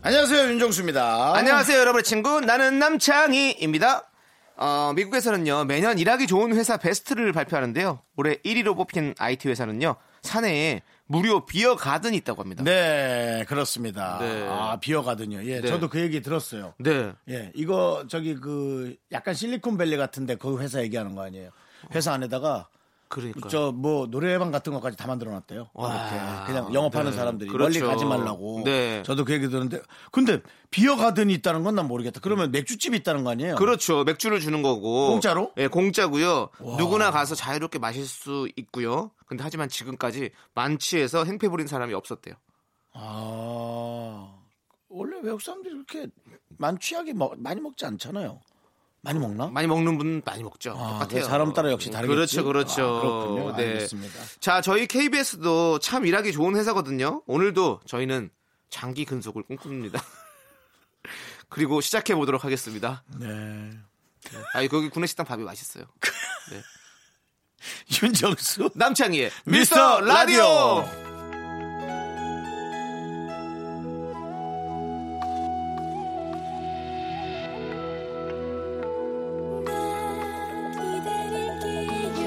안녕하세요 어. 윤정수입니다. 안녕하세요, 여러분의 친구. 나는 남창희입니다. 어, 미국에서는요, 매년 일하기 좋은 회사 베스트를 발표하는데요. 올해 1위로 뽑힌 IT 회사는요, 사내에 무료 비어 가든이 있다고 합니다. 네 그렇습니다. 네. 아 비어가든요. 예 네. 저도 그 얘기 들었어요. 네. 예 이거 저기 그 약간 실리콘밸리 같은데 그 회사 얘기하는 거 아니에요? 회사 안에다가 그러니까. 요 저 뭐 노래방 같은 것까지 다 만들어놨대요. 와. 이렇게 그냥 영업하는 네. 사람들이 그렇죠. 멀리 가지 말라고. 네. 저도 그 얘기 들었는데 근데 비어가든이 있다는 건 난 모르겠다. 그러면 맥주집이 있다는 거 아니에요? 그렇죠. 맥주를 주는 거고. 공짜로? 예, 공짜고요. 누구나 가서 자유롭게 마실 수 있고요. 근데 하지만 지금까지 만취해서 행패 부린 사람이 없었대요. 아 원래 외국 사람들이 그렇게 만취하게 먹- 많이 먹지 않잖아요. 많이 먹나? 많이 먹는 분은 많이 먹죠. 아, 똑같아요. 그 사람 따라 역시 다르겠지. 그렇죠, 그렇죠. 아, 그렇군요. 알겠습니다. 자, 저희 KBS도 참 일하기 좋은 회사거든요. 오늘도 저희는 장기 근속을 꿈꿉니다. 그리고 시작해 보도록 하겠습니다. 네. 그 아, 거기 구내식당 밥이 맛있어요. 윤정수 남창희의 미스터 미스터 라디오. 라디오. 기다릴게요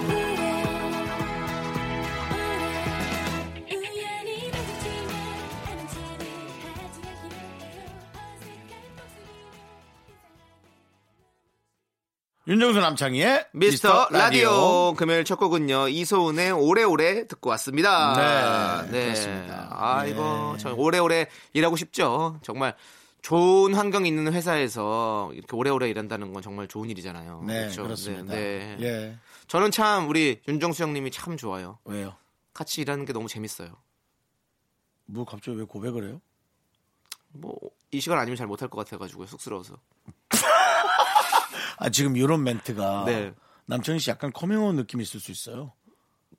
그래 그래 우연히 마주치면 아는 체를 하지 않기로 어색한 모습으로 윤정수 남창희의 미스터 라디오 금요일 첫 곡은요 이소은의 오래오래 듣고 왔습니다. 네, 그렇습니다. 네. 아이고 저 오래오래 일하고 싶죠. 정말 좋은 환경 있는 회사에서 이렇게 오래오래 일한다는 건 정말 좋은 일이잖아요. 네, 그렇죠? 그렇습니다 네, 네. 예. 저는 참 우리 윤정수 형님이 참 좋아요. 왜요? 같이 일하는 게 너무 재밌어요. 뭐 갑자기 왜 고백을 해요? 뭐 이 시간 아니면 잘 못할 것 같아가지고 쑥스러워서. 아, 지금 이런 멘트가 네. 남창희 씨 약간 커밍아웃 느낌이 있을 수 있어요.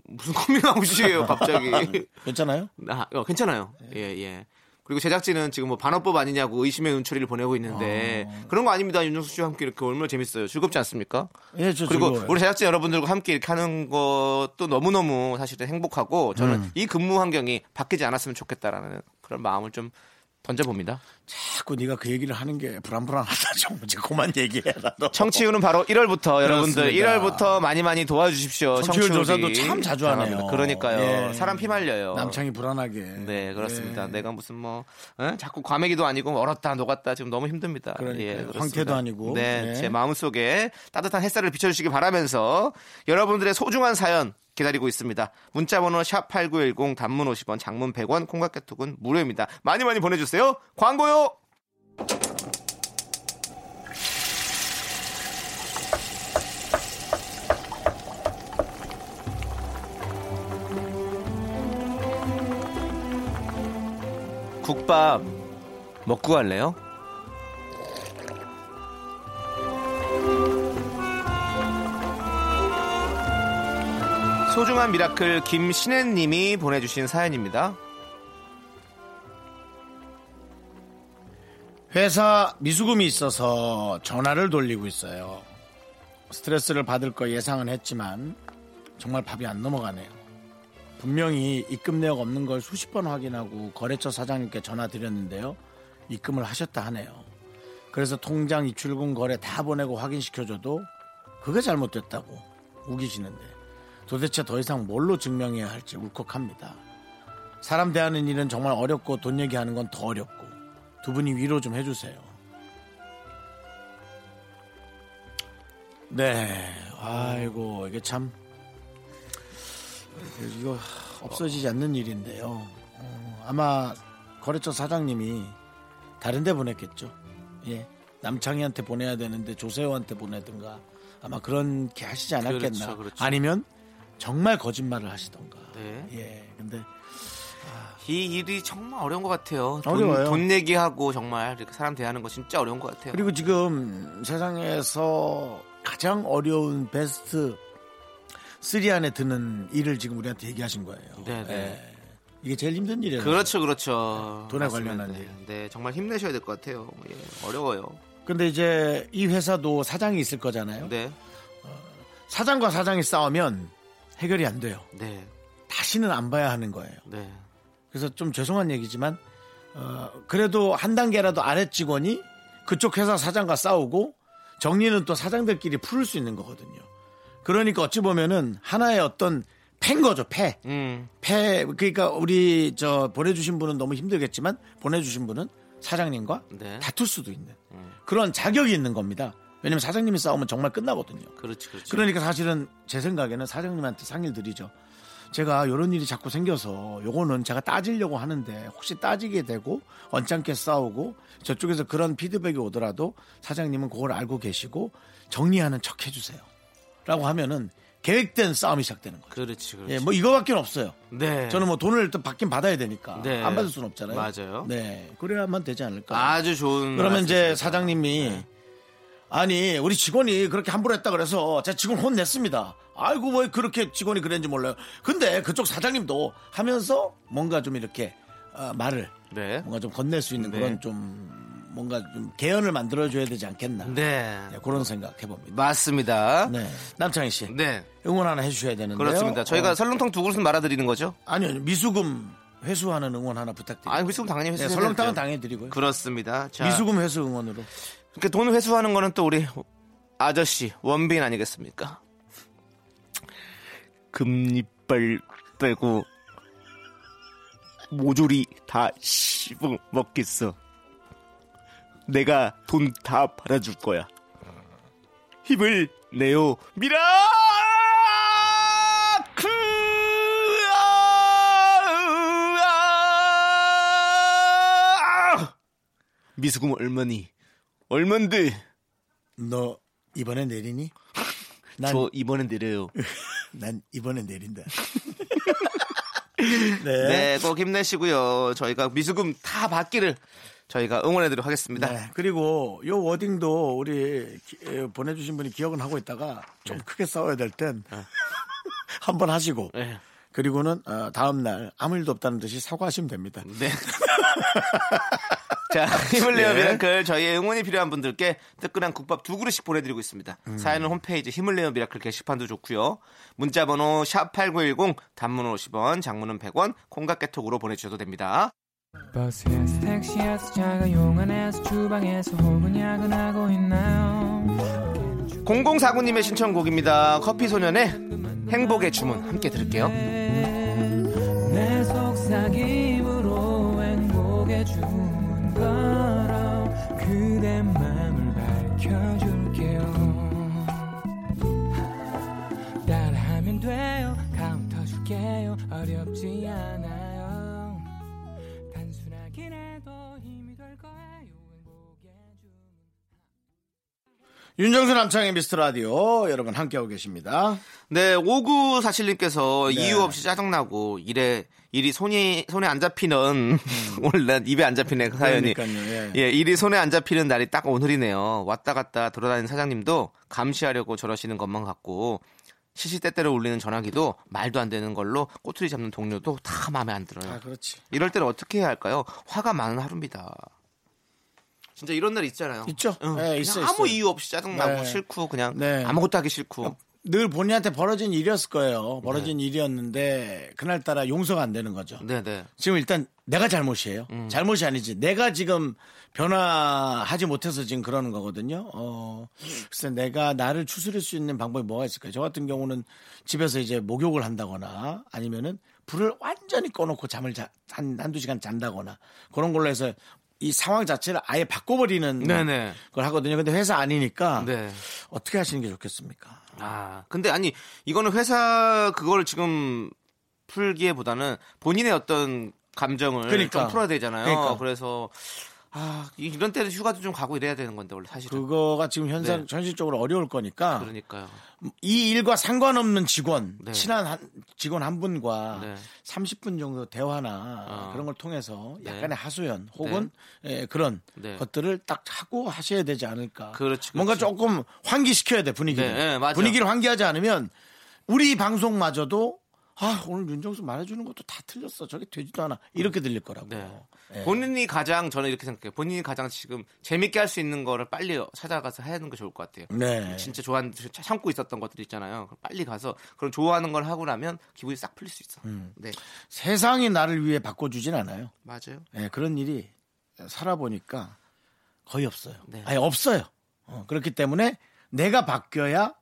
무슨 고민하고시에요 갑자기. 괜찮아요? 아, 어, 괜찮아요. 네. 예, 예. 그리고 제작진은 지금 뭐 반어법 아니냐고 의심의 눈초리를 보내고 있는데 그런 거 아닙니다. 윤정수 씨와 함께 이렇게 얼마나 재밌어요. 즐겁지 않습니까? 예, 저 그리고 즐거워요. 우리 제작진 여러분들과 함께 이렇게 하는 것도 너무너무 사실은 행복하고 저는 음. 이 근무 환경이 바뀌지 않았으면 좋겠다라는 그런 마음을 좀 던져봅니다. 자꾸 네가 그 얘기를 하는 게 불안불안하다. 좀 이제 그만 얘기해라. 너. 청취율은 바로 1월부터 여러분들 그렇습니다. 1월부터 많이 많이 도와주십시오. 청취율 청취율이 조사도 참 자주 잘합니다. 하네요. 그러니까요. 예. 사람 피 말려요. 남창이 불안하게. 네 그렇습니다. 예. 내가 무슨 뭐 어? 자꾸 과메기도 아니고 얼었다 녹았다 지금 너무 힘듭니다. 그러니까요. 예, 그렇습니다. 황태도 아니고. 네, 네. 제 마음 속에 따뜻한 햇살을 비춰주시기 바라면서 여러분들의 소중한 사연 기다리고 있습니다. 문자번호 샵 #8910 단문 50원, 장문 100원, 콩깍개톡은 무료입니다. 많이 많이 보내주세요. 광고요. 국밥 먹고 갈래요? 소중한 미라클 김신혜님이 보내주신 사연입니다. 회사 미수금이 있어서 전화를 돌리고 있어요. 스트레스를 받을 거 예상은 했지만 정말 밥이 안 넘어가네요. 분명히 입금 내역 없는 걸 수십 번 확인하고 거래처 사장님께 전화 드렸는데요. 입금을 하셨다 하네요. 그래서 통장 입출금 거래 다 보내고 확인시켜줘도 그게 잘못됐다고 우기시는데 도대체 더 이상 뭘로 증명해야 할지 울컥합니다. 사람 대하는 일은 정말 어렵고 돈 얘기하는 건 더 어렵고 두 분이 위로 좀 해주세요. 네, 아이고 이게 참 이거 없어지지 않는 일인데요. 어, 아마 거래처 사장님이 다른데 보냈겠죠. 예, 남창희한테 보내야 되는데 조세호한테 보내든가 아마 그렇게 하시지 않았겠나. 그렇죠, 그렇죠. 아니면 정말 거짓말을 하시던가. 네. 예, 근데 이 일이 정말 어려운 것 같아요. 돈, 어려워요. 돈 내기하고 정말 이렇게 사람 대하는 거 진짜 어려운 것 같아요. 그리고 지금 세상에서 가장 어려운 베스트 3 안에 드는 일을 지금 우리한테 얘기하신 거예요. 네, 네. 예. 이게 제일 힘든 일이에요. 그렇죠, 그렇죠. 돈에 맞습니다. 관련한 일. 네, 정말 힘내셔야 될 것 같아요. 예, 어려워요. 근데 이제 이 회사도 사장이 있을 거잖아요. 네, 사장과 사장이 싸우면 해결이 안 돼요. 네, 다시는 안 봐야 하는 거예요. 네. 그래서 좀 죄송한 얘기지만 어, 그래도 한 단계라도 아래 직원이 그쪽 회사 사장과 싸우고 정리는 또 사장들끼리 풀을 수 있는 거거든요. 그러니까 어찌 보면은 하나의 어떤 팬 거죠 패. 음, 패 그러니까 우리 저 보내주신 분은 너무 힘들겠지만 보내주신 분은 사장님과 네. 다툴 수도 있는 그런 자격이 있는 겁니다. 왜냐면 사장님이 싸우면 정말 끝나거든요. 그렇지, 그렇지. 그러니까 사실은 제 생각에는 사장님한테 상의를 드리죠. 제가 이런 일이 자꾸 생겨서 요거는 제가 따지려고 하는데 혹시 따지게 되고 언짢게 싸우고 저쪽에서 그런 피드백이 오더라도 사장님은 그걸 알고 계시고 정리하는 척 해주세요. 라고 하면은 계획된 싸움이 시작되는 거예요. 그렇지, 그렇지. 예, 뭐 이거밖에 없어요. 네. 저는 뭐 돈을 일단 받긴 받아야 되니까 네. 안 받을 수는 없잖아요. 맞아요. 네, 그래야만 되지 않을까. 아주 좋은. 그러면 이제 말씀이십니다. 네. 사장님이 아니 우리 직원이 그렇게 함부로 했다 그래서 제 직원 혼냈습니다. 아이고 왜 그렇게 직원이 그랬는지 몰라요. 근데 그쪽 사장님도 하면서 뭔가 좀 이렇게 어, 말을 네. 뭔가 좀 건넬 수 있는 네. 그런 좀 뭔가 좀 개연을 만들어 줘야 되지 않겠나. 네. 네, 그런 생각 해봅니다. 맞습니다. 네, 남창희 씨 네. 응원 하나 해주셔야 되는데요. 그렇습니다. 저희가 어, 설렁탕 두 그릇은 말아드리는 거죠? 아니요 미수금 회수하는 응원 하나 부탁드립니다. 아니, 미수금 당연히 네, 회수해야 설렁탕은 되죠. 당해드리고요. 그렇습니다. 자, 미수금 회수 응원으로. 이렇게 그러니까 돈 회수하는 거는 또 우리 아저씨 원빈 아니겠습니까? 금리빨 빼고 모조리 다 씹어 먹겠어. 내가 돈 다 받아줄 거야. 힘을 내요 미라크 미수금 얼마니 얼만데 너 이번에 내리니? 난, 저 이번엔 내려요 난 이번에 내린다. 네 꼭 힘내시고요 저희가 미수금 다 받기를 저희가 응원해드리도록 하겠습니다 네, 그리고 요 워딩도 우리 기- 에, 보내주신 분이 기억은 하고 있다가 좀 크게 싸워야 될 땐 한번 하시고 네. 그리고는 어, 다음 날 아무 일도 없다는 듯이 사과하시면 됩니다. 네. 자, 힘을 내요 미라클 저희의 응원이 필요한 분들께 뜨끈한 국밥 두 그릇씩 보내드리고 있습니다. 사연은 홈페이지 힘을 내요 미라클 게시판도 좋고요. 문자번호 샵 #8910 단문은 50원, 장문은 100원, 콩깍개톡으로 보내주셔도 됩니다. 버스에서 택시에서 차가 용안에서 주방에서 혹은 야근하고 있나요 0049님의 신청곡입니다. 커피 소년의 행복의 주문 함께 들을게요. 내 속삭임으로 행복의 주문 걸어 그대 맘을 밝혀줄게요 따라하면 돼요 카운터 줄게요 어렵지 않아요 단순하긴 해도 힘이 될 거예요 행복의 주문 윤정수 남창의 미스터 라디오 여러분 함께하고 계십니다. 네, 5947님께서 네. 이유 없이 짜증나고 일에 일이 손이 손에 안 잡히는 오늘 난 입에 안 잡히네 그 사연이. 음. 그러니까요, 예. 일이 손에 안 잡히는 날이 딱 오늘이네요. 왔다 갔다 돌아다니는 사장님도 감시하려고 저러시는 것만 같고 시시때때로 울리는 전화기도 말도 안 되는 걸로 꼬투리 잡는 동료도 다 마음에 안 들어요. 아 그렇지. 이럴 때는 어떻게 해야 할까요? 화가 많은 하루입니다. 진짜 이런 날 있잖아요. 있죠. 응. 네, 그냥 있어요, 있어요. 아무 이유 없이 짜증나고 네. 싫고 그냥 네. 아무것도 하기 싫고. 늘 본인한테 벌어진 일이었을 거예요. 벌어진 일이었는데 그날따라 용서가 안 되는 거죠. 네네. 지금 일단 내가 잘못이에요. 음. 잘못이 아니지. 내가 지금 변화하지 못해서 지금 그러는 거거든요. 어, 글쎄 내가 나를 추스릴 수 있는 방법이 뭐가 있을까요? 저 같은 경우는 집에서 이제 목욕을 한다거나 아니면은 불을 완전히 꺼놓고 잠을 자, 한, 한두 시간 잔다거나 그런 걸로 해서 이 상황 자체를 아예 바꿔버리는 네네. 걸 하거든요. 근데 회사 음. 아니니까 네. 어떻게 하시는 게 좋겠습니까? 아, 근데 아니, 이거는 회사 그걸 지금 풀기에보다는 본인의 어떤 감정을 그러니까. 좀 풀어야 되잖아요. 그러니까. 그래서 아, 이- 이런 때는 휴가도 좀 가고 이래야 되는 건데, 원래 사실은. 그거가 아. 지금 현상, 네. 현실적으로 어려울 거니까 그러니까요. 이 일과 상관없는 직원, 네. 친한 한- 직원 한 분과 네. 30분 정도 대화나 어. 그런 걸 통해서 네. 약간의 하소연 혹은 예, 그런 네. 것들을 딱 하고 하셔야 되지 않을까. 그렇지, 뭔가 그렇지. 조금 환기시켜야 돼 분위기를. 네, 네, 맞아요. 분위기를 환기하지 않으면 우리 방송마저도 아 오늘 윤정수 말해주는 것도 다 틀렸어. 저게 되지도 않아. 이렇게 들릴 거라고. 네. 요 본인이 가장 저는 이렇게 생각해요. 본인이 가장 지금 재밌게 할 수 있는 거를 빨리 찾아가서 하는 게 좋을 것 같아요. 네. 진짜 좋아하는 참고 있었던 것들 있잖아요. 빨리 가서 그런 좋아하는 걸 하고 나면 기분이 싹 풀릴 수 있어. 음. 네 세상이 나를 위해 바꿔주진 않아요. 맞아요. 예, 그런 일이 살아보니까 거의 없어요. 네. 아예 없어요. 어, 그렇기 때문에 내가 바뀌어야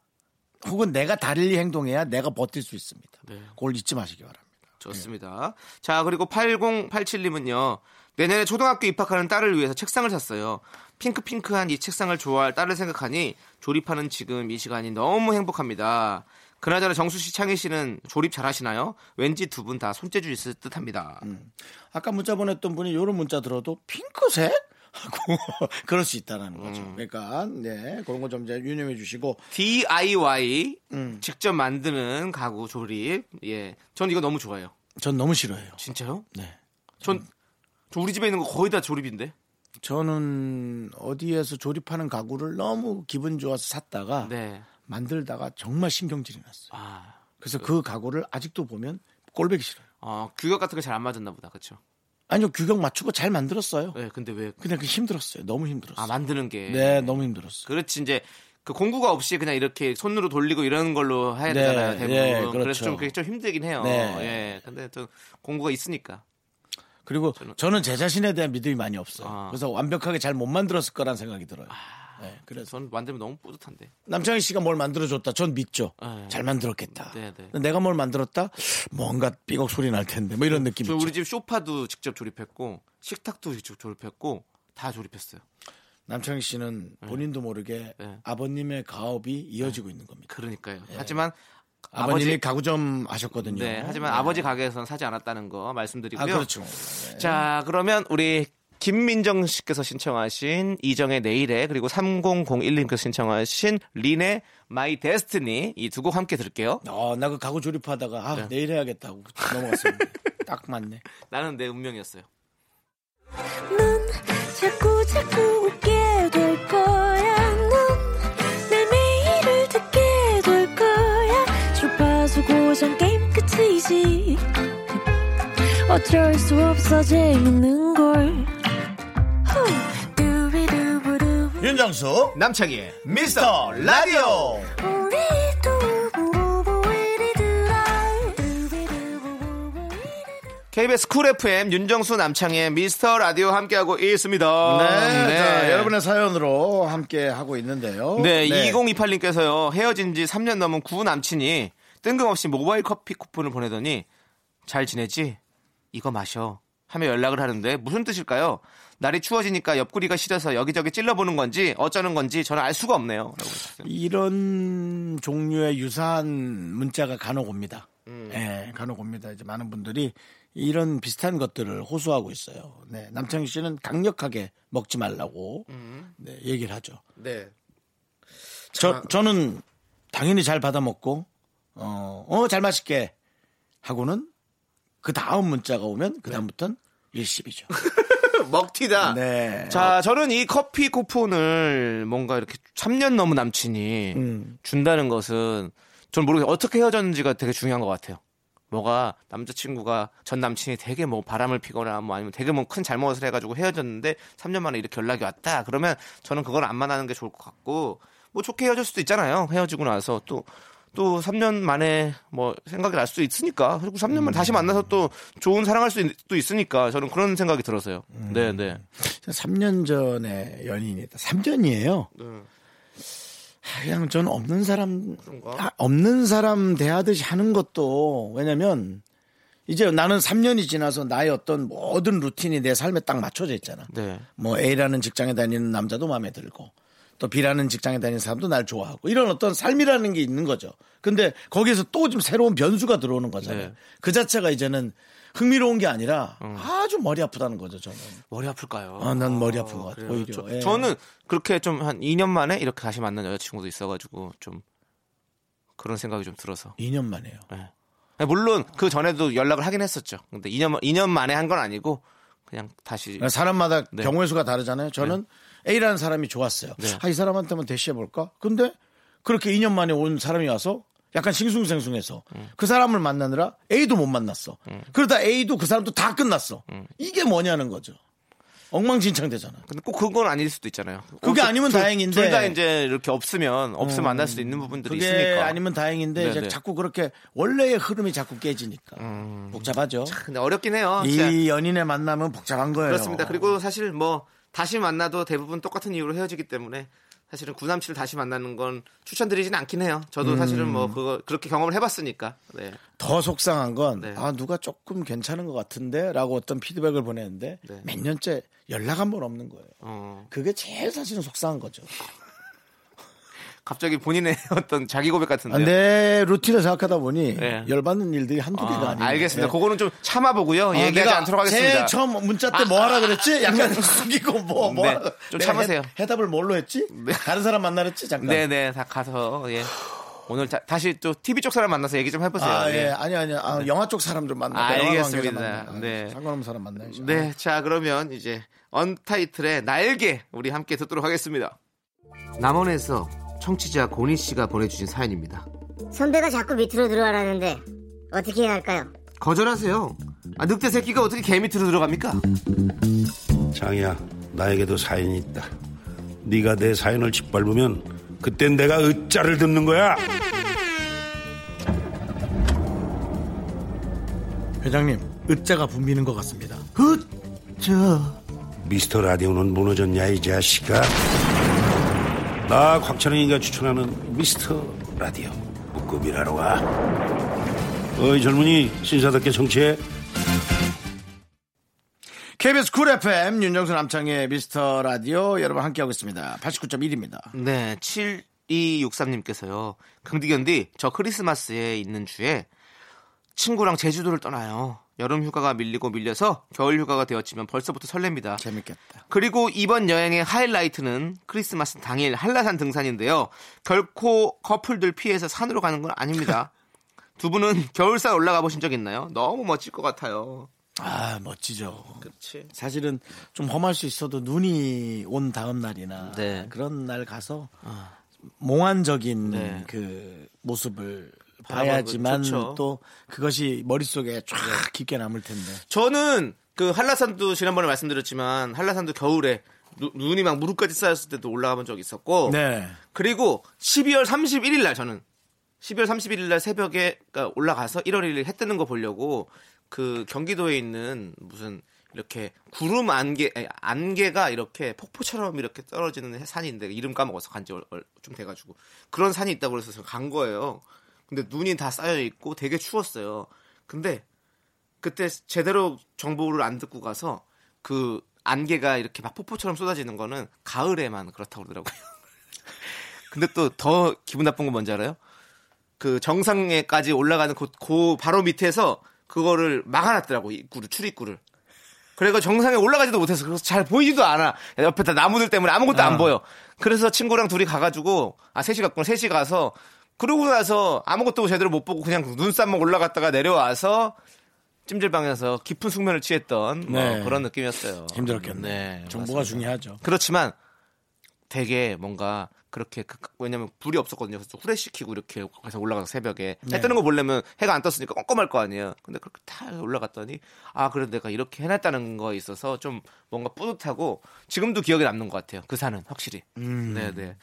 혹은 내가 달리 행동해야 내가 버틸 수 있습니다. 네. 그걸 잊지 마시기 바랍니다. 좋습니다. 자, 그리고 8087님은요. 내년에 초등학교 입학하는 딸을 위해서 책상을 샀어요. 핑크핑크한 이 책상을 좋아할 딸을 생각하니 조립하는 지금 이 시간이 너무 행복합니다. 그나저나 정수 씨, 창희 씨는 조립 잘하시나요? 왠지 두 분 다 손재주 있을 듯합니다. 음. 아까 문자 보냈던 분이 이런 문자 들어도 핑크색? 하고 그럴 수 있다라는 거죠. 음. 그러니까 네 그런 거 좀 이제 유념해 주시고 DIY 음. 직접 만드는 가구 조립. 예, 전 이거 너무 좋아요. 전 너무 싫어해요. 진짜요? 네. 전, 저 우리 집에 있는 거 거의 다 조립인데. 저는 어디에서 조립하는 가구를 너무 기분 좋아서 샀다가 네. 만들다가 정말 신경질이 났어요. 아, 그래서 그 가구를 아직도 보면 꼴보기 싫어요. 어, 규격 같은 거 잘 안 맞았나 보다, 그렇죠? 아니요 규격 맞추고 잘 만들었어요. 네, 근데 왜? 그냥 그 힘들었어요. 너무 아 예. 힘들었어요. 만드는 게. 네, 너무 힘들었어요. 그렇지 이제 그 공구가 없이 그냥 이렇게 손으로 돌리고 이런 걸로 네, 해야 되잖아요. 대부분. 예, 그래서 그렇죠. 좀 그게 좀 힘들긴 해요. 네. 예. 근데 또 공구가 있으니까. 그리고 저는 제 자신에 대한 믿음이 많이 없어요. 아. 그래서 완벽하게 잘 못 만들었을 거란 생각이 들어요. 네, 그래서 전 만들면 너무 뿌듯한데. 남창희 씨가 뭘 만들어줬다. 전 믿죠. 네. 잘 만들었겠다. 네, 네. 근데 내가 뭘 만들었다? 뭔가 삐걱 소리 날 텐데. 뭐 이런 느낌 저 있죠. 우리 집 쇼파도 직접 조립했고 식탁도 직접 조립했고 다 조립했어요. 남창희 씨는 예. 본인도 모르게 네. 아버님의 가업이 이어지고 있는 겁니다. 그러니까요. 하지만 네. 아버님이 예. 아버지 가구점 하셨거든요. 네, 하지만 아버지 가게에서는 사지 않았다는 거 말씀드리고요. 아, 그렇죠. 자, 그러면 우리 김민정 씨께서 신청하신 이정의 내일에 그리고 3001님께서 신청하신 린의 마이 데스티니 이 두 곡 함께 들을게요. 어, 나 그 가구 조립하다가 네. 아, 내일 해야겠다고 넘어갔었는데 딱 맞네. 나는 내 운명이었어요. 넌 자꾸 자꾸 웃게 될 거야. 넌내 매일을 듣게 될 거야. 주파수 고정 게임 끝이지. 어쩔 수 없어 재밌는 걸. 후. 두비두부두. 윤정수 남창희의 미스터 라디오 우리 두부부부 이리들아. 두비두부부부 이리들아. KBS 쿨 FM 윤정수 남창희의 미스터 라디오 함께하고 있습니다. 네, 자, 여러분의 사연으로 함께 하고 있는데요 네, 2028님께서요 헤어진 지 3년 넘은 구 남친이 뜬금없이 모바일 커피 쿠폰을 보내더니 잘 지내지? 이거 마셔 하며 연락을 하는데 무슨 뜻일까요? 날이 추워지니까 옆구리가 시려서 여기저기 찔러보는 건지 어쩌는 건지 저는 알 수가 없네요. 라고 하셨어요. 이런 종류의 유사한 문자가 간혹 옵니다 예, 간혹 옵니다 이제 많은 분들이 이런 비슷한 것들을 호소하고 있어요 네, 남창희 씨는 강력하게 먹지 말라고 네, 얘기를 하죠 네. 저, 저는 당연히 잘 받아 먹고 어, 어, 잘 마실게 하고는 그 다음 문자가 오면 그 다음부터는 일십이죠. 먹튀다. 네. 자, 저는 이 커피 쿠폰을 뭔가 이렇게 3년 넘은 남친이 준다는 것은 전 모르겠어요. 어떻게 헤어졌는지가 되게 중요한 것 같아요. 뭐가 남자친구가 전 남친이 되게 뭐 바람을 피거나 뭐 아니면 되게 뭐 큰 잘못을 해가지고 헤어졌는데 3년 만에 이렇게 연락이 왔다. 그러면 저는 그걸 안 만나는 게 좋을 것 같고 뭐 좋게 헤어질 수도 있잖아요. 헤어지고 나서 또 또 3년 만에 뭐 생각이 날 수도 있으니까 그리고 3년 만에 다시 만나서 또 좋은 사랑할 수도 있으니까 저는 그런 생각이 들어서요. 네, 네. 3년 전에 연인이다. 3년이에요. 아, 그냥 저는 없는 사람 아, 없는 사람 대하듯이 하는 것도 왜냐면 이제 나는 3년이 지나서 나의 어떤 모든 루틴이 내 삶에 딱 맞춰져 있잖아. 네. 뭐 A라는 직장에 다니는 남자도 마음에 들고 또 B라는 직장에 다니는 사람도 날 좋아하고 이런 어떤 삶이라는 게 있는 거죠. 근데 거기에서 또 좀 새로운 변수가 들어오는 거잖아요. 네. 그 자체가 이제는 흥미로운 게 아니라 아주 머리 아프다는 거죠, 저는. 머리 아플까요? 어, 아, 난 머리 아픈 것 같아요. 그래요? 오히려. 저, 예. 저는 그렇게 좀 한 2년 만에 이렇게 다시 만난 여자친구도 있어가지고 좀 그런 생각이 좀 들어서. 2년 만에요. 예. 물론 그 전에도 연락을 하긴 했었죠. 근데 2년 2년 만에 한 건 아니고 그냥 다시 사람마다 네. 경우의 수가 다르잖아요. 저는 A라는 사람이 좋았어요. 네. 아, 이 사람한테만 대시해볼까? 근데 그렇게 2년 만에 온 사람이 와서 약간 싱숭생숭해서 음. 그 사람을 만나느라 A도 못 만났어. 그러다 A도 그 사람도 다 끝났어. 음. 이게 뭐냐는 거죠. 엉망진창 되잖아. 근데 꼭 그건 아닐 수도 있잖아요. 그게 어, 아니면 둘- 다행인데. 음. 둘 다 이제 이렇게 없으면 없으면 만날 수도 있는 부분들이 그게 있으니까. 아니면 다행인데 이제 네네. 자꾸 그렇게 원래의 흐름이 자꾸 깨지니까 복잡하죠. 근데 어렵긴 해요. 음. 진짜. 이 연인의 만남은 복잡한 거예요. 그렇습니다. 그리고 사실 뭐 다시 만나도 대부분 똑같은 이유로 헤어지기 때문에 사실은 구남치를 다시 만나는 건 추천드리진 않긴 해요. 저도 음. 사실은 뭐 그거 그렇게 경험을 해봤으니까. 네. 더 속상한 건 네. 아, 누가 조금 괜찮은 것 같은데라고 어떤 피드백을 보내는데 네. 몇 년째 연락 한 번 없는 거예요. 어, 아, 그게 제일 사실은 속상한 거죠. 갑자기 본인의 어떤 자기 고백 아, 같은데요. 내 루틴을 생각하다 보니 네. 열받는 일들이 한두 개가 아, 아니에요. 알겠습니다. 네. 그거는 좀 참아보고요. 아, 얘기하지 내가 않도록 하겠습니다. 아, 제일 처음 문자 때 뭐 하라 그랬지? 약간 숙이고 뭐, 뭐. 네, 하라- 좀 내가 참으세요. 네. 해, 답을 뭘로 했지? 다른 사람 만나랬지? 잠깐. 네네 다 가서 예. 오늘 다, 시또 TV 쪽 사람 만나서 얘기 좀 해보세요. 아, 예. 예. 아니, 아니. 아, 영화 쪽 사람 좀 만나. 알겠습니다. 네. 상관없는 사람 만나야죠. 네, 자 그러면 이제 언타이틀의 날개 우리 함께 듣도록 하겠습니다. 남원에서 청취자 고니 씨가 보내주신 사연입니다. 선배가 자꾸 밑으로 들어와라는데 어떻게 해야 할까요? 거절하세요. 아, 늑대 새끼가 어떻게 개 밑으로 들어갑니까? 장이야 나에게도 사연이 있다 네가 내 사연을 짓밟으면 그땐 내가 으짜를 듣는 거야 회장님, 으짜가 붐비는 것 같습니다. 미스터 라디오는 무너졌냐 이 자식아 나 곽찬웅이가 추천하는 미스터 라디오 묶음이라로 와 어이 젊은이 신사답게 정치해 KBS 쿨 FM 윤정수 남창의 미스터 라디오 여러분 함께하고 있습니다. 89.1입니다. 네, 7263님께서요. 긍디견디, 저 크리스마스에 있는 주에 친구랑 제주도를 떠나요. 여름 휴가가 밀리고 밀려서 겨울 휴가가 되었지만 벌써부터 설렙니다. 재밌겠다. 그리고 이번 여행의 한라이트는 크리스마스 당일 한라산 등산인데요. 결코 커플들 피해서 산으로 가는 건 아닙니다. 두 분은 겨울산 올라가 보신 적 있나요? 너무 멋질 것 같아요. 아 멋지죠. 그렇지. 사실은 좀 험할 수 있어도 눈이 온 다음 날이나 네. 그런 날 가서 몽환적인 네. 그 모습을 바라보는 봐야지만 좋죠. 또 그것이 머릿속에 쫙 깊게 남을 텐데. 저는 그 한라산도 지난번에 말씀드렸지만 한라산도 겨울에 누- 눈이 막 무릎까지 쌓였을 때도 올라가본 적이 있었고 네. 그리고 12월 31일 날 저는 12월 31일 날 새벽에 그러니까 올라가서 1월 1일 해 뜨는 거 보려고 그 경기도에 있는 무슨 이렇게 구름 안개 아니, 안개가 이렇게 폭포처럼 이렇게 떨어지는 산인데 이름 까먹어서 간지 좀 돼가지고 그런 산이 있다고 그래서 제가 간 거예요. 근데 눈이 다 쌓여 있고 되게 추웠어요. 근데 그때 제대로 정보를 안 듣고 가서 그 안개가 이렇게 막 폭포처럼 쏟아지는 거는 가을에만 그렇다고 그러더라고요. 근데 또 더 기분 나쁜 건 뭔지 알아요? 그 정상에까지 올라가는 그, 그 바로 밑에서 그거를 막아놨더라고 입구를 출입구를. 그래서 정상에 올라가지도 못해서 그래서 잘 보이지도 않아. 옆에 다 나무들 때문에 아무것도 안 보여. 그래서 친구랑 둘이 가가지고 아 셋이 갔구나 셋이 가서 그러고 나서 아무것도 제대로 못 보고 그냥 눈싸만 올라갔다가 내려와서 찜질방에서 깊은 숙면을 취했던 뭐 네. 그런 느낌이었어요. 힘들었겠네. 네, 정보가 맞습니다. 중요하죠. 그렇지만 되게 뭔가 그렇게 그- 그- 왜냐면 불이 없었거든요. 그래서 후레시키고 이렇게 해서 올라가서 새벽에 네. 해 뜨는 거 보려면 해가 안 떴으니까 껌껌할 거 아니에요. 근데 그렇게 다 올라갔더니 아 그래 내가 이렇게 해놨다는 거에 있어서 좀 뭔가 뿌듯하고 지금도 기억에 남는 것 같아요. 그 산은 확실히. 음. 네네.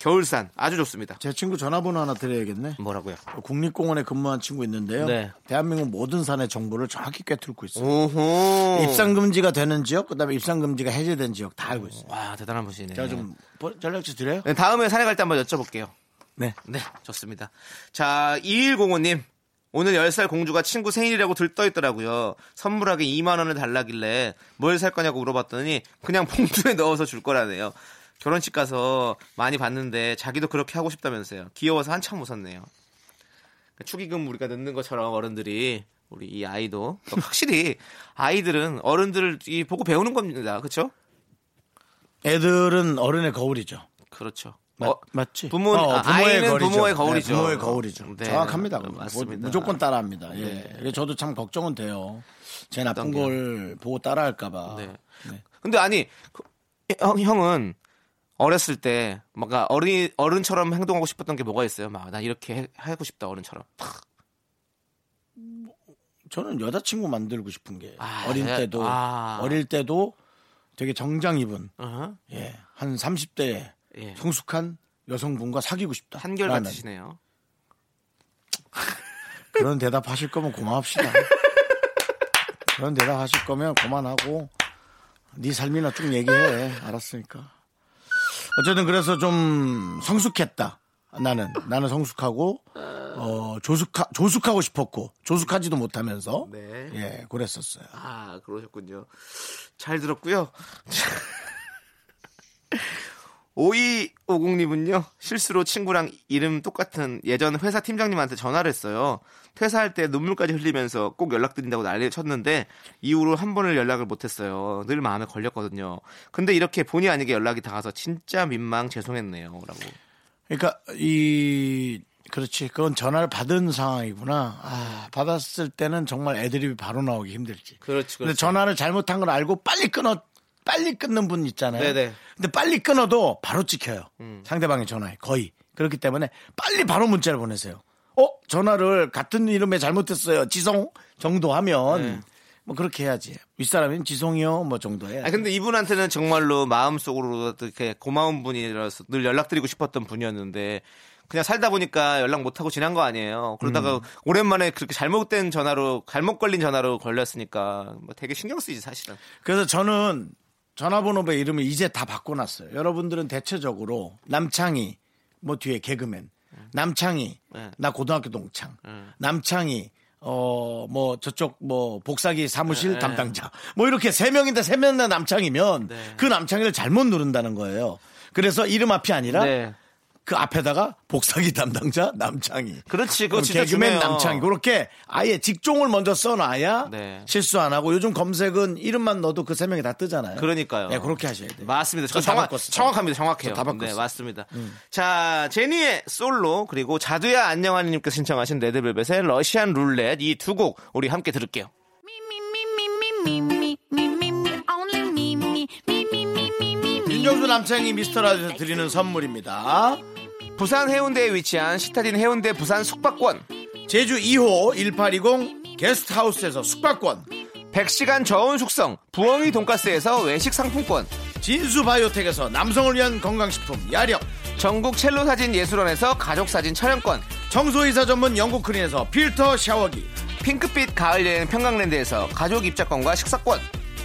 겨울산 아주 좋습니다. 제 친구 전화번호 하나 드려야겠네. 뭐라고요? 국립공원에 근무한 친구 있는데요. 네. 대한민국 모든 산의 정보를 정확히 꿰뚫고 있어요. 오호. 입상 금지가 되는 지역, 그다음에 입상 금지가 해제된 지역 다 알고 있어요. 와 대단한 분이네. 제가 좀 보- 전략지 드려요? 네, 다음에 산에 갈 때 한번 여쭤볼게요. 네. 네, 좋습니다. 자, 2105님. 오늘 10살 공주가 친구 생일이라고 들떠 있더라고요. 선물하기 2만원을 달라길래 뭘 살 거냐고 물어봤더니 그냥 봉투에 넣어서 줄 거라네요. 결혼식 가서 많이 봤는데 자기도 그렇게 하고 싶다면서요. 귀여워서 한참 웃었네요. 그러니까 축의금 우리가 넣는 것처럼 어른들이 우리 이 아이도 확실히 아이들은 어른들을 이 보고 배우는 겁니다. 그렇죠? 애들은 어른의 거울이죠. 그렇죠. 맞, 어, 맞지? 부모- 아, 아이는 부모의 거울이죠. 네, 부모의 거울이죠. 네, 정확합니다. 그거. 맞습니다. 네. 뭐, 무조건 따라합니다. 예. 그래서 저도 참 걱정은 돼요. 제 나쁜 어떤 게요? 걸 보고 따라할까봐. 네. 네. 근데 아니 그, 형 형은 어렸을 때 뭔가 어린 어른처럼 행동하고 싶었던 게 뭐가 있어요? 막 나 이렇게 해- 하고 싶다 어른처럼. 저는 여자친구 만들고 싶은 게 아, 어릴 예. 때도 아. 어릴 때도 되게 정장 입은 예, 한 30대 예. 성숙한 여성분과 사귀고 싶다. 한결 나는. 같으시네요. 그런 대답 하실 거면 고마합시다. 그런 대답 하실 거면 그만하고 네 삶이나 쭉 얘기해. 알았으니까. 어쨌든 그래서 좀 성숙했다. 나는 나는 성숙하고 어 조숙하 조숙하고 싶었고 조숙하지도 못하면서 네. 예 그랬었어요. 아 그러셨군요. 잘 들었고요. 5250님은요 실수로 친구랑 이름 똑같은 예전 회사 팀장님한테 전화를 했어요. 퇴사할 때 눈물까지 흘리면서 꼭 연락드린다고 난리를 쳤는데 이후로 한 번을 연락을 못했어요. 늘 마음에 걸렸거든요. 근데 이렇게 본의 아니게 연락이 닿아서 진짜 민망 죄송했네요.라고. 그러니까 이 그렇지 그건 전화를 받은 상황이구나. 아 받았을 때는 정말 애드립이 바로 나오기 힘들지. 그렇지, 근데 전화를 잘못한 걸 알고 빨리 끊어 빨리 끊는 분 있잖아요. 네네. 음. 근데 빨리 끊어도 바로 찍혀요. 상대방의 전화에 거의 그렇기 때문에 빨리 바로 문자를 보내세요. 어 전화를 같은 이름에 잘못했어요. 지성 정도 하면 뭐 그렇게 해야지. 윗사람인 지성이요 뭐 정도 해야. 네. 아 근데 이분한테는 정말로 마음속으로 이렇게 고마운 분이라서 늘 연락드리고 싶었던 분이었는데 그냥 살다 보니까 연락 못 하고 지난 거 아니에요. 그러다가 오랜만에 그렇게 잘못된 전화로 잘못 걸린 전화로 걸렸으니까 뭐 되게 신경 쓰이지 사실은. 그래서 저는 전화번호의 이름을 이제 다 바꿔놨어요. 여러분들은 대체적으로 남창희 뭐 뒤에 개그맨 남창희 네. 나 고등학교 동창 음. 남창희 어 뭐 저쪽 뭐 복사기 사무실 담당자 뭐 이렇게 세 명인데 세 명 다 남창이면 네. 그 남창이를 잘못 누른다는 거예요. 그래서 이름 앞이 아니라 네. 그 앞에다가 복사기 담당자 남창희 그렇지, 그거 그럼 진짜 개그맨 중요해요. 남창희 그렇게 아예 직종을 먼저 써놔야 네. 실수 안 하고 요즘 검색은 이름만 넣어도 그 세 명이 다 뜨잖아요. 그러니까요. 네, 그렇게 하셔야 돼요. 맞습니다. 저저다 정확, 바꿨어요. 정확합니다. 정확해요. 저다 바꿨어요. 네, 맞습니다. 자, 제니의 솔로 그리고 자두야 안녕하님께서 신청하신 레드벨벳의 러시안 룰렛 이 두 곡 우리 함께 들을게요. 윤정수 남창희 미스터라디오 드리는 선물입니다. 부산 해운대에 위치한 시타딘 해운대 부산 숙박권 제주 2호 1820 게스트하우스에서 숙박권 100시간 저온 숙성 부엉이 돈가스에서 외식 상품권 진수 바이오텍에서 남성을 위한 건강식품 야력 전국 첼로 사진 예술원에서 가족 사진 촬영권 청소이사 전문 영국 크린에서 필터 샤워기 핑크빛 가을 여행 평강랜드에서 가족 입장권과 식사권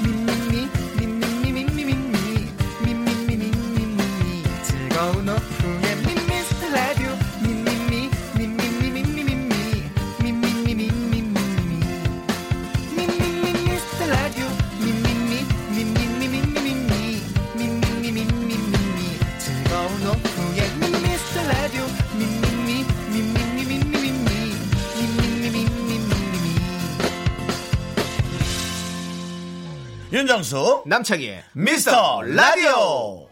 미미미 미미미미미미 미미미미미미 즐거운 오후에 미스터 라디오 미미미 미미미미미미 미미미미미미 미미미 미스터 라디오 미미미 미미미미미미 미미미미미미 즐거운 오후에 미스터 라디오 미미미 윤정수 남창희의 미스터 라디오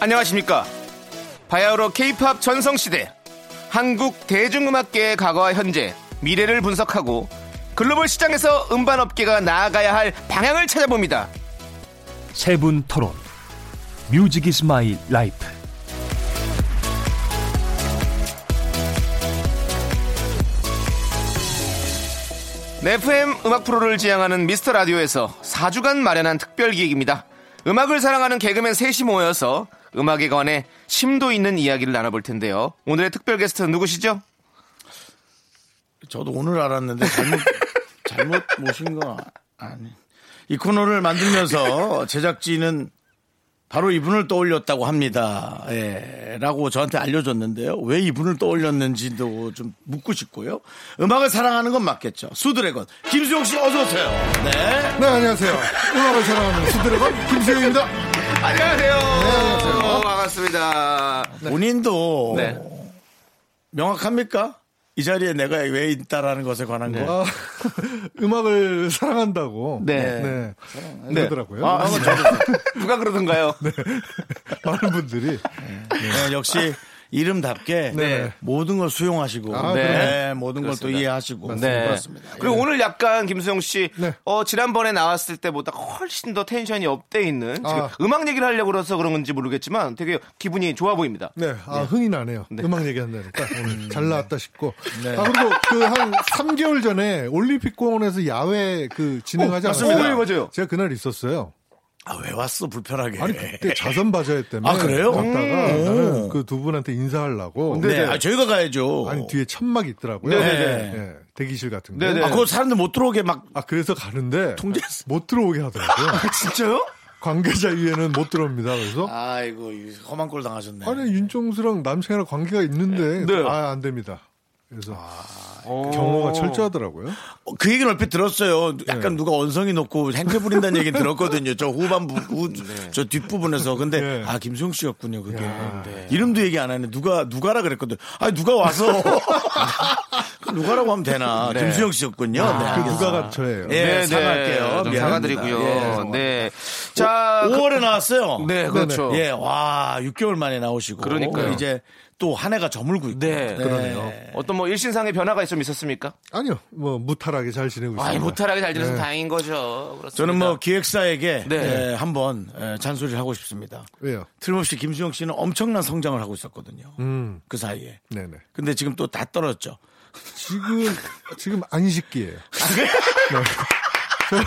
안녕하십니까. 바야흐로 케이팝 전성시대. 한국 대중음악계의 과거와 현재, 미래를 분석하고 글로벌 시장에서 음반업계가 나아가야 할 방향을 찾아봅니다. 세분 토론. 뮤직 이스 마이 라이프. 네프엠 음악 프로를 지향하는 미스터 라디오에서 4주간 마련한 특별 기획입니다. 음악을 사랑하는 개그맨 셋이 모여서 음악에 관해 심도 있는 이야기를 나눠볼 텐데요. 오늘의 특별 게스트는 누구시죠? 저도 오늘 알았는데 잘못 잘못 모신 거 아니. 이 코너를 만들면서 제작진은 바로 이분을 떠올렸다고 합니다. 예. 라고 저한테 알려줬는데요. 왜 이분을 떠올렸는지도 좀 묻고 싶고요. 음악을 사랑하는 건 맞겠죠. 수드래곤. 김수용 씨 어서오세요. 네. 네, 안녕하세요. 음악을 사랑하는 수드래곤 김수영입니다. 안녕하세요. 어, 반갑습니다. 본인도 네. 어, 명확합니까? 이 자리에 내가 왜 있다라는 것에 관한 거. 아, 음악을 사랑한다고. 네. 네. 네. 그러더라고요. 아, 많은- 누가 그러던가요? 많은 분들이. 네, 역시 이름답게 네. 모든 걸 수용하시고 아, 네. 그래요? 모든 걸 또 그렇습니다. 이해하시고 네. 그렇습니다. 그리고 오늘 약간 김수영 씨, 예. 네. 어, 지난번에 나왔을 때보다 훨씬 더 텐션이 업돼 있는 지금 아. 음악 얘기를 하려고 그래서 그런 건지 모르겠지만 되게 기분이 좋아 보입니다. 네. 아, 흥이 나네요. 네. 음악 얘기한다니까. 오늘 잘 나왔다 싶고. 아, 그리고 그 한 3개월 전에 올림픽공원에서 야외 그 진행하지 어, 않았어요? 맞습니다. 어, 예, 맞아요. 제가 그날 있었어요. 아, 왜 왔어 불편하게. 아니, 그때 자선 바자회 때문에. 아, 그래요? 갔다가 음. 나는 그 두 분한테 인사하려고. 네, 아, 저희가 가야죠. 아니, 뒤에 천막이 있더라고요. 네네네. 예, 대기실 같은 거. 네네. 아, 그거 사람들 못 들어오게 막 아 그래서 가는데 통제했어. 못 들어오게 하더라고요. 진짜요? 관계자 위에는 못 들어옵니다. 그래서 아, 아이고 이 험한 꼴 당하셨네. 니 윤종수랑 남생이랑 관계가 있는데 네. 아, 아 안 됩니다. 그래서 경호가 철저하더라고요. 어, 그 얘기는 얼핏 들었어요. 네. 약간 누가 언성이 높고 행패 부린다는 얘기 들었거든요. 저 후반부, 후- 네. 저 뒷부분에서. 근데, 네. 아, 김수영 씨였군요, 그게. 네. 이름도 얘기 안 하네. 누가, 누가라 그랬거든. 아, 누가 와서. 누가라고 하면 되나. 김수영 씨였군요. 아, 네, 그 알겠습니다. 누가가 저예요. 예, 네, 네. 사과할게요. 좀 미안합니다. 사과드리고요. 예. 네. 자, 그- 5월에 나왔어요. 네, 그렇죠. 예, 와, 6개월 만에 나오시고. 그러니까요. 이제 또 한 해가 저물고 있고. 네. 그러네요. 어떤 뭐 일신상의 변화가 좀 있었습니까? 아니요, 뭐 무탈하게 잘 지내고 아, 있습니다. 네. 무탈하게 잘 지내서 다행인 거죠. 그렇습니다. 저는 뭐 기획사에게 네. 예, 한번 예, 잔소리를 하고 싶습니다. 왜요? 틀림없이 김수영 씨는 엄청난 성장을 하고 있었거든요. 음. 음. 그 사이에. 네네. 근데 지금 또 다 떨어졌죠. 지금 지금 안식기예요. 네. 저는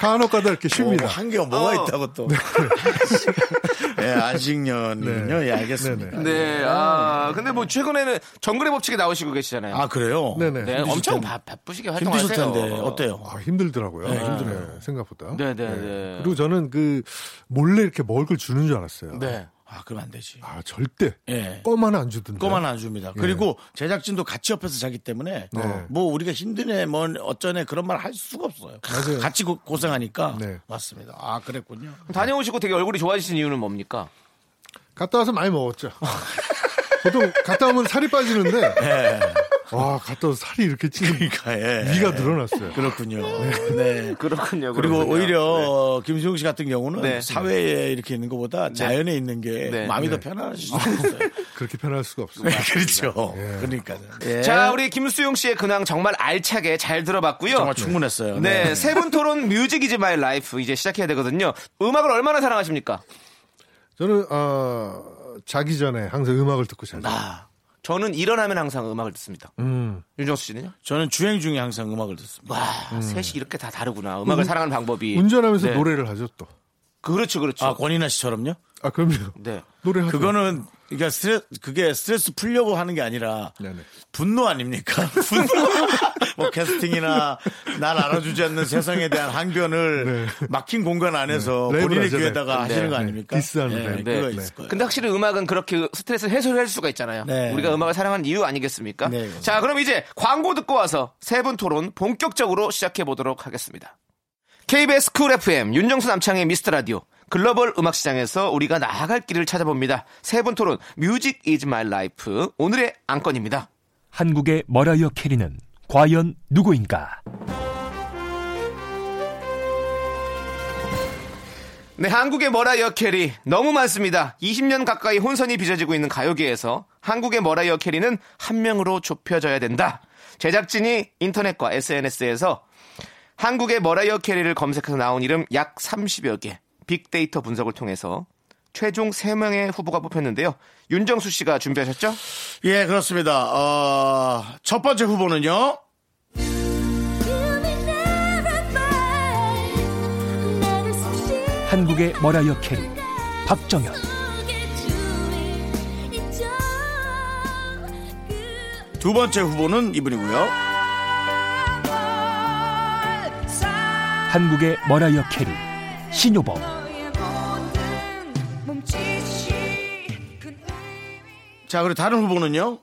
간혹가다 이렇게 쉽니다. 한 개 뭐가 어. 있다고 또. 예, 안식년이군요. 예, 알겠습니다. 네. 아, 근데 뭐 최근에는 정글의 법칙에 나오시고 계시잖아요. 아, 그래요? 네네. 네, 힘드실 엄청 텐데. 바, 바쁘시게 힘드실 활동하세요. 텐데, 어때요? 아, 힘들더라고요. 네, 힘들어요. 네, 생각보다. 네, 네, 네. 그리고 저는 그 몰래 이렇게 먹을 걸 주는 줄 알았어요. 네. 아, 그럼 안 되지. 아 절대 예. 껌만 안 주던데. 꼬만 네. 안 줍니다. 그리고 제작진도 같이 옆에서 자기 때문에 네. 뭐 우리가 힘드네, 뭐 어쩌네 그런 말 할 수가 없어요. 맞아요. 같이 고, 고생하니까 네. 맞습니다. 아 그랬군요. 다녀오시고 되게 얼굴이 좋아지신 이유는 뭡니까? 갔다 와서 많이 먹었죠. 보통 갔다 오면 살이 빠지는데 와 갔다 와서 살이 이렇게 찌는 네. 그러니까 예. 위가 늘어났어요. 그렇군요. 네. 음. 그렇군요. 그리고 오히려 김수용 씨 같은 경우는 그러니까. 네. 사회에 이렇게 있는 것보다 자연에 있는 게 네. 마음이 더 편하실 수 있어요. 그렇게 편할 수가 없어요. 네. 그렇죠. 그러니까요. 예. 자, 우리 김수용 씨의 근황 정말 알차게 잘 들어봤고요. 정말 충분했어요. 네, 세분 토론 뮤직 이즈 마이 라이프 이제 시작해야 되거든요. 음악을 얼마나 사랑하십니까? 저는 어, 자기 전에 항상 음악을 듣고 잘 자요. 아, 저는 일어나면 항상 음악을 듣습니다. 음. 윤정수 씨는요? 저는 주행 중에 항상 음악을 듣습니다. 와, 셋이 이렇게 다 다르구나. 음악을 사랑하는 방법이. 운전하면서 네. 노래를 하죠 또. 그렇죠, 그렇죠. 아 권인아 씨처럼요? 아 그럼요. 네. 노래 하죠. 그거는 그러니까 스트레스 그게 스트레스 풀려고 하는 게 아니라 네네. 분노 아닙니까? 분노. 뭐 캐스팅이나 날 알아주지 않는 세상에 대한 항변을 막힌 공간 안에서 네. 본인의 랩을 귀에다가 하잖아요. 하시는 네. 거 네. 아닙니까? 디스하는 랩. 그거 네. 있을 거예요. 근데 확실히 음악은 그렇게 스트레스 해소를 할 수가 있잖아요. 네. 우리가 음악을 사랑하는 이유 아니겠습니까? 네, 그렇습니다. 자, 그럼 이제 광고 듣고 와서 세 분 토론 본격적으로 시작해 보도록 하겠습니다. KBS 쿨 FM 윤정수 남창의 미스터 라디오 글로벌 음악 시장에서 우리가 나아갈 길을 찾아봅니다. 세 분 토론 뮤직 이즈 마이 라이프 오늘의 안건입니다. 한국의 머라이어 캐리는 네. 과연 누구인가? 네, 한국의 머라이어 캐리 너무 많습니다. 20년 가까이 혼선이 빚어지고 있는 가요계에서 한국의 머라이어 캐리는 한 명으로 좁혀져야 된다. 제작진이 인터넷과 SNS에서 한국의 머라이어 캐리를 검색해서 나온 이름 약 30여 개 빅데이터 분석을 통해서 최종 3명의 후보가 뽑혔는데요. 윤정수 씨가 준비하셨죠? 예, 그렇습니다. 어, 첫 번째 후보는요. 한국의 머라이어 캐리 박정현 두 번째 후보는 이분이고요. 한국의 머라이어 캐리 신효범 자, 그리고 다른 후보는요.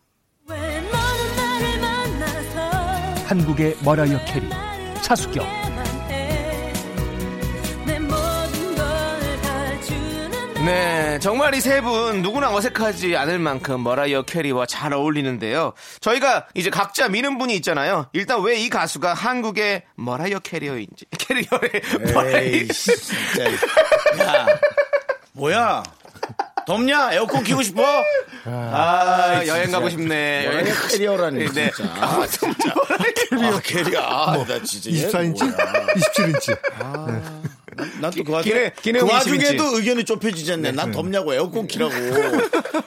한국의 머라이어 캐리 차수경 네, 정말 이 세 분 누구나 어색하지 않을 만큼 머라이어 캐리와 잘 어울리는데요. 저희가 이제 각자 미는 분이 있잖아요. 일단 왜 이 가수가 한국의 머라이어 캐리어인지 캐리어의 머라이어 에이, 씨, 진짜. 야, 뭐야? 덥냐? 에어컨 키고 싶어? 아, 여행 가고 싶네. 여행 여행 캐리어라니 네. 진짜. 아, 진짜. 캐리어 캐리어. 아, 뭐, 나 진짜. 얘 24인치? 뭐야. 아, 27인치. 난또 그 와중에, 네. 기내- 기내 그 음식이지. 네. 와중에도 의견이 좁혀지잖아요. 난 덥냐고 에어컨 키라고.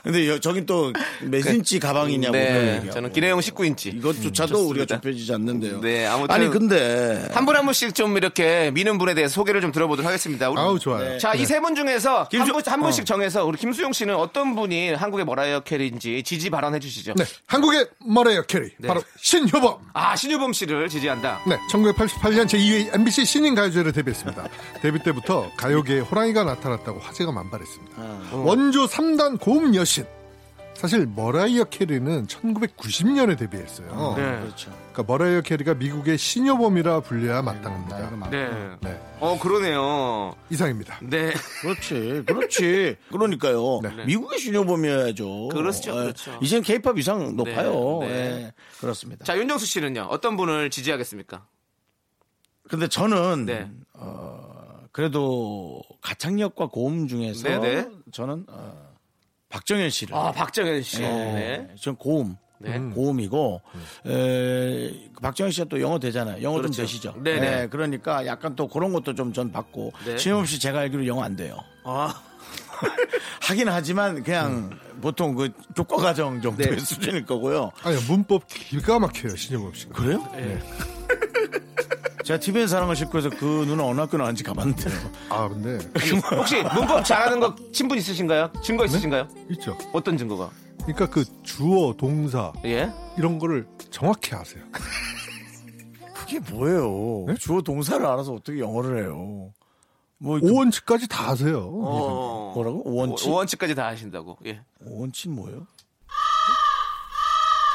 근데 여- 저긴 또 몇 인치 가방이냐고. 그런 네, 얘기하고. 저는 기내용 19인치. 이것조차도 우리가 좁혀지지 않는데요. 네, 아무튼 아니 근데 한 분 한 분씩 좀 이렇게 미는 분에 대해 소개를 좀 들어보도록 하겠습니다. 우리- 아우, 좋아요. 자, 이 세 분 중에서 한, 네. 김수- 어. 분, 한 분씩 정해서 우리 김수용 씨는 어떤 분이 한국의 머라이어 캐리인지 지지 발언해 주시죠. 네. 한국의 머라이어 캐리. 바로 신효범. 아, 신유범 씨를 지지한다. 네, 1988년 제2회 MBC 신인 가요제를 데뷔했습니다. 데뷔 때부터 가요계에 호랑이가 나타났다고 화제가 만발했습니다. 어. 아, 원조 3단 고음 여신. 사실 머라이어 캐리는 1990년에 데뷔했어요. 네. 그렇죠. 그러니까 머라이어 캐리가 미국의 신여범이라 불려야 마땅합니다. 네. 네, 어, 그러네요. 이상입니다. 네. 그렇지, 그렇지. 그러니까요. 미국의 신효범이어야죠. 그렇죠, 그렇죠. 예, 이젠 케이팝 이상 높아요. 네. 예, 그렇습니다. 자, 윤정수 씨는요. 어떤 분을 지지하겠습니까? 근데 저는 네. 어, 그래도 가창력과 고음 중에서 네, 네. 저는 어, 박정현 씨를. 아, 박정현 씨. 네. 네. 전 고음. 네. 고음이고 에, 그 박정현 씨가 또 영어 되잖아요. 영어 그렇죠. 좀 되시죠. 네네. 그러니까 약간 또 그런 것도 좀 전 받고 네. 신용 씨 제가 알기로 영어 안 돼요. 아. 음. 하긴 하지만 그냥 보통 그 교과 과정 네. 정도의 수준일 거고요. 아니, 문법 기가 막혀요, 신여범 씨가. 그래요? 제가 TVN 사랑을 싣고 해서 그 누나 어느 학교 나왔는지 가봤는데 아, 근데 혹시 문법 잘하는 거 친분 있으신가요? 증거 있으신가요? 네? 있죠. 어떤 증거가? 그러니까 그 주어, 동사 예. 이런 거를 정확히 아세요. 그게 뭐예요? 주어 동사를 알아서 어떻게 영어를 해요? 뭐 이렇게 5원칙까지 다 아세요. 어. 뭐라고? 오원치? 오- 오원칙까지 다 하신다고. 예. 원치 뭐예요?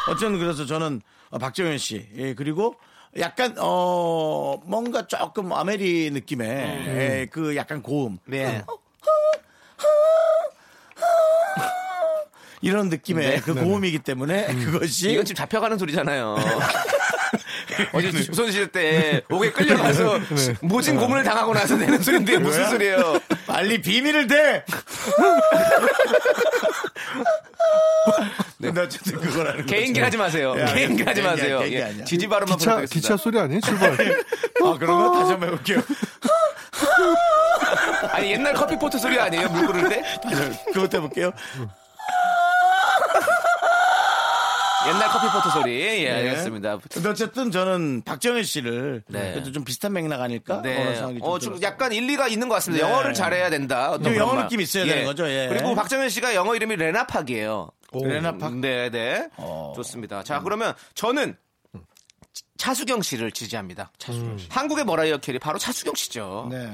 어쨌든 그래서 저는 어, 박정현 씨 예, 그리고 약간 어 뭔가 조금 아메리 느낌의 예, 그 약간 고음 네. 이런 느낌의 그 고음이기 때문에 그것이 이건 지금 잡혀가는 소리잖아요. 어제 네. 조선시대 때 옥에 끌려가서 모진 고문을 당하고 나서 내는 네. 소리인데 무슨 소리예요? 빨리 비밀을 대. 근데 어쨌든 그거라는 개인기 거죠. 하지 마세요. 예, 개인기 하지 개인기야, 마세요. 개인기 예. 아니야. 지지 발언만 기차, 기차 부탁드리겠습니다. 소리 아니에요? 출발. 아 그런 거 다시 한번 해볼게요. 아니 옛날 커피포트 소리 아니에요? 물 끓을 때? 그것도 해볼게요. 옛날 커피포트 소리. 네. 예, 알겠습니다. 근데 어쨌든 저는 박정현 씨를 네. 그래도 좀 비슷한 맥락 아닐까? 그런 네. 생각이 좀 어, 좀 들었어요. 약간 일리가 있는 것 같습니다. 네. 영어를 잘해야 된다. 어떤 좀 그런 영어 말. 느낌 있어야 되는 거죠, 예. 그리고 박정현 씨가 영어 이름이 레나팍이에요. 레나팍? 네, 네. 어. 좋습니다. 자, 그러면 저는 차수경 씨를 지지합니다. 차수경 씨. 한국의 머라이어 캐리 바로 차수경 씨죠. 네.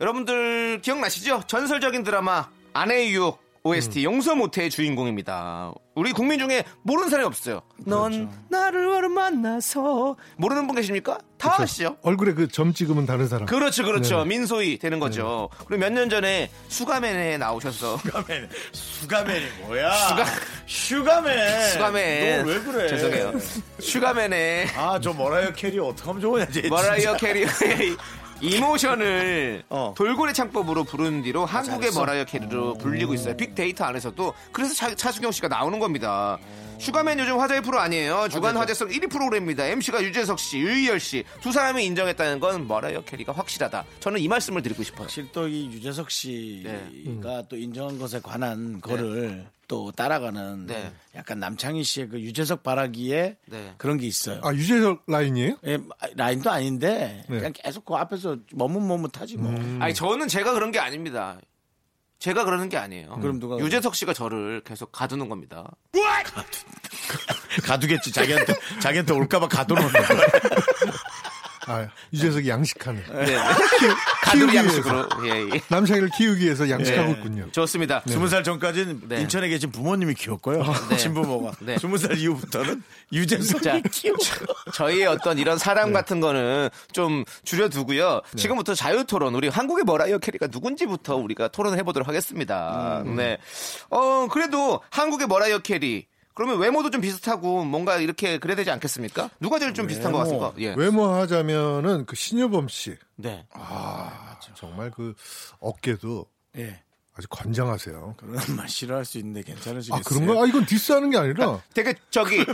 여러분들 기억나시죠? 전설적인 드라마 아내의 유혹 OST 음. 용서 못해의 주인공입니다. 우리 국민 중에 모르는 사람이 없어요. 넌 그렇죠. 나를 얼음 만나서 모르는 분 계십니까? 다 그렇죠. 아시죠? 얼굴에 그 점 찍으면 다른 사람. 그렇죠, 그렇죠. 네네. 민소희 되는 네. 거죠. 그리고 몇 년 전에 수가맨에 나오셔서 수가맨 수가맨이 뭐야? 수가- 슈가맨. 수가맨 너왜 그래? 죄송해요. 슈가맨에 아, 저 머라이어 캐리 어떻게 하면 좋으냐, 쟤. 머라이어 예, 진짜. 캐리의 이모션을 돌고래 창법으로 부른 뒤로 한국의 잘했어. 머라이어 캐리로 불리고 있어요. 빅데이터 안에서도 그래서 차, 차수경 씨가 나오는 겁니다. 슈가맨 요즘 화제의 프로 아니에요. 주간 화제성 1위 프로그램입니다. MC가 유재석 씨, 유희열 씨 두 사람이 인정했다는 건 머라이어 캐리가 확실하다. 저는 이 말씀을 드리고 싶어요. 사실 또 이 유재석 씨가 네. 또 음. 인정한 것에 관한 거를 또 따라가는 네. 약간 남창희 씨의 그 유재석 바라기에 네. 그런 게 있어요. 아 유재석 라인이에요? 예, 라인도 아닌데 네. 음. 그냥 계속 그 앞에서 머뭇머뭇하지 뭐. 아니 저는 제가 그런 게 아닙니다. 제가 그러는 게 아니에요. 그럼 누가 유재석 씨가 저를 계속 가두는 겁니다. 그 가두겠지 자기한테 자기한테 올까봐 가둬놓는 거야. 아 유재석이 양식하네. 네. 키우기 가두기 위해서 양식으로. 예, 예. 남창이를 키우기 위해서 양식하고 네. 있군요. 좋습니다. 스무 살 전까지는 네. 인천에 계신 부모님이 키웠고요. 네. 친부모가. 네. 스무 살 이후부터는 유재석이 자, 키우고. 저희의 어떤 네. 이런 사람 같은 거는 좀 줄여두고요. 지금부터 자유 토론, 우리 한국의 머라이어 캐리가 누군지부터 우리가 토론을 해보도록 하겠습니다. 음. 네. 어, 그래도 한국의 머라이어 캐리. 그러면 외모도 좀 비슷하고 뭔가 이렇게 그래야 되지 않겠습니까? 누가 제일 좀 비슷한 것 같습니까? 예. 외모 하자면은 그 신여범 씨 네. 정말 그 어깨도 예. 아주 건장하세요. 그런 말 싫어할 수 있는데 괜찮으시겠어요? 아 그런가? 아 이건 디스하는 게 아니라 되게 저기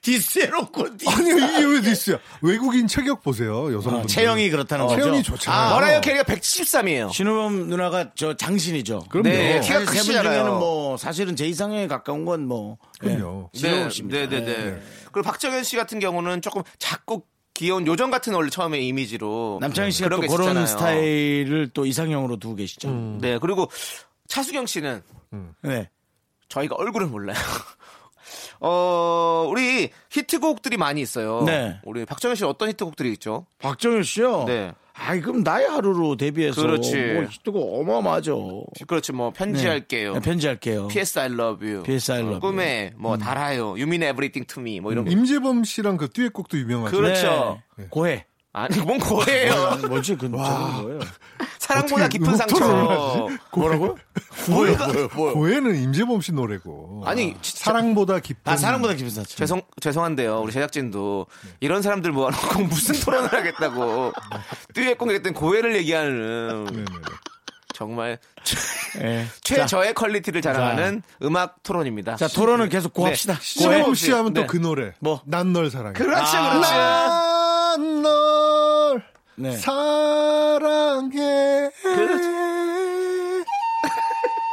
디스해놓고 디스. 아니요 이게 왜 디스야? 외국인 체격 보세요 여성분. 아, 체형이 그렇다는 거죠. 체형이 어, 좋잖아요. 아, 머라이어 캐리가 173이에요. 신우범 누나가 저 장신이죠. 그럼요. 네, 사실 키가 세분 중에는 크시잖아요. 뭐 사실은 제 이상형에 가까운 건 뭐. 그럼요. 예, 네, 신우범 씨입니다. 네, 네, 네. 예. 그리고 박정현 씨 같은 경우는 조금 작고 귀여운 요정 같은 원래 처음에 이미지로 네. 남창희 씨가 또 그런 게 그런 있었잖아요. 스타일을 또 이상형으로 두고 계시죠. 음. 네, 그리고 차수경 씨는 네. 저희가 얼굴을 몰라요. 어, 우리 히트곡들이 많이 있어요. 네. 어. 우리 박정현 씨 어떤 히트곡들이 있죠? 박정현 씨요? 네. 아이, 그럼 나의 하루로 데뷔해서. 그렇지. 뭐, 뜨고 어마어마하죠. 그렇지, 뭐, 편지할게요. 네, 편지할게요. PS I love you. PS I 어, love you. 꿈에, 뭐, 달아요. You mean everything to me. 뭐, 음. 이런 거. 임재범 씨랑 그 듀엣곡도 유명하죠. 그래. 그렇죠. 네. 네. 고해. 아니, 뭔 거예요? 뭐지? 그, 저건 뭐예요? 사랑보다 어떻게 깊은 상처. 음악토론을 뭐라고? 고해, 뭐예요, 뭐예요? 고해는 임재범 씨 노래고. 아니, 진짜- 사랑보다 깊은. 아, 사랑보다 기분 사죠 죄송 죄송한데요 우리 제작진도 이런 사람들 모아놓고 무슨 토론을 하겠다고 듀엣 공개했던 고해를 얘기하는 네네네. 정말 네. 예. 최저의 퀄리티를 자랑하는 음악 토론입니다. 자, 토론은 계속 고합시다. 고해. 신여범 씨 하면 네. 또 그 노래. 뭐? 난 널 사랑해. 그렇죠, 그렇죠. 난 널 네. 사랑해.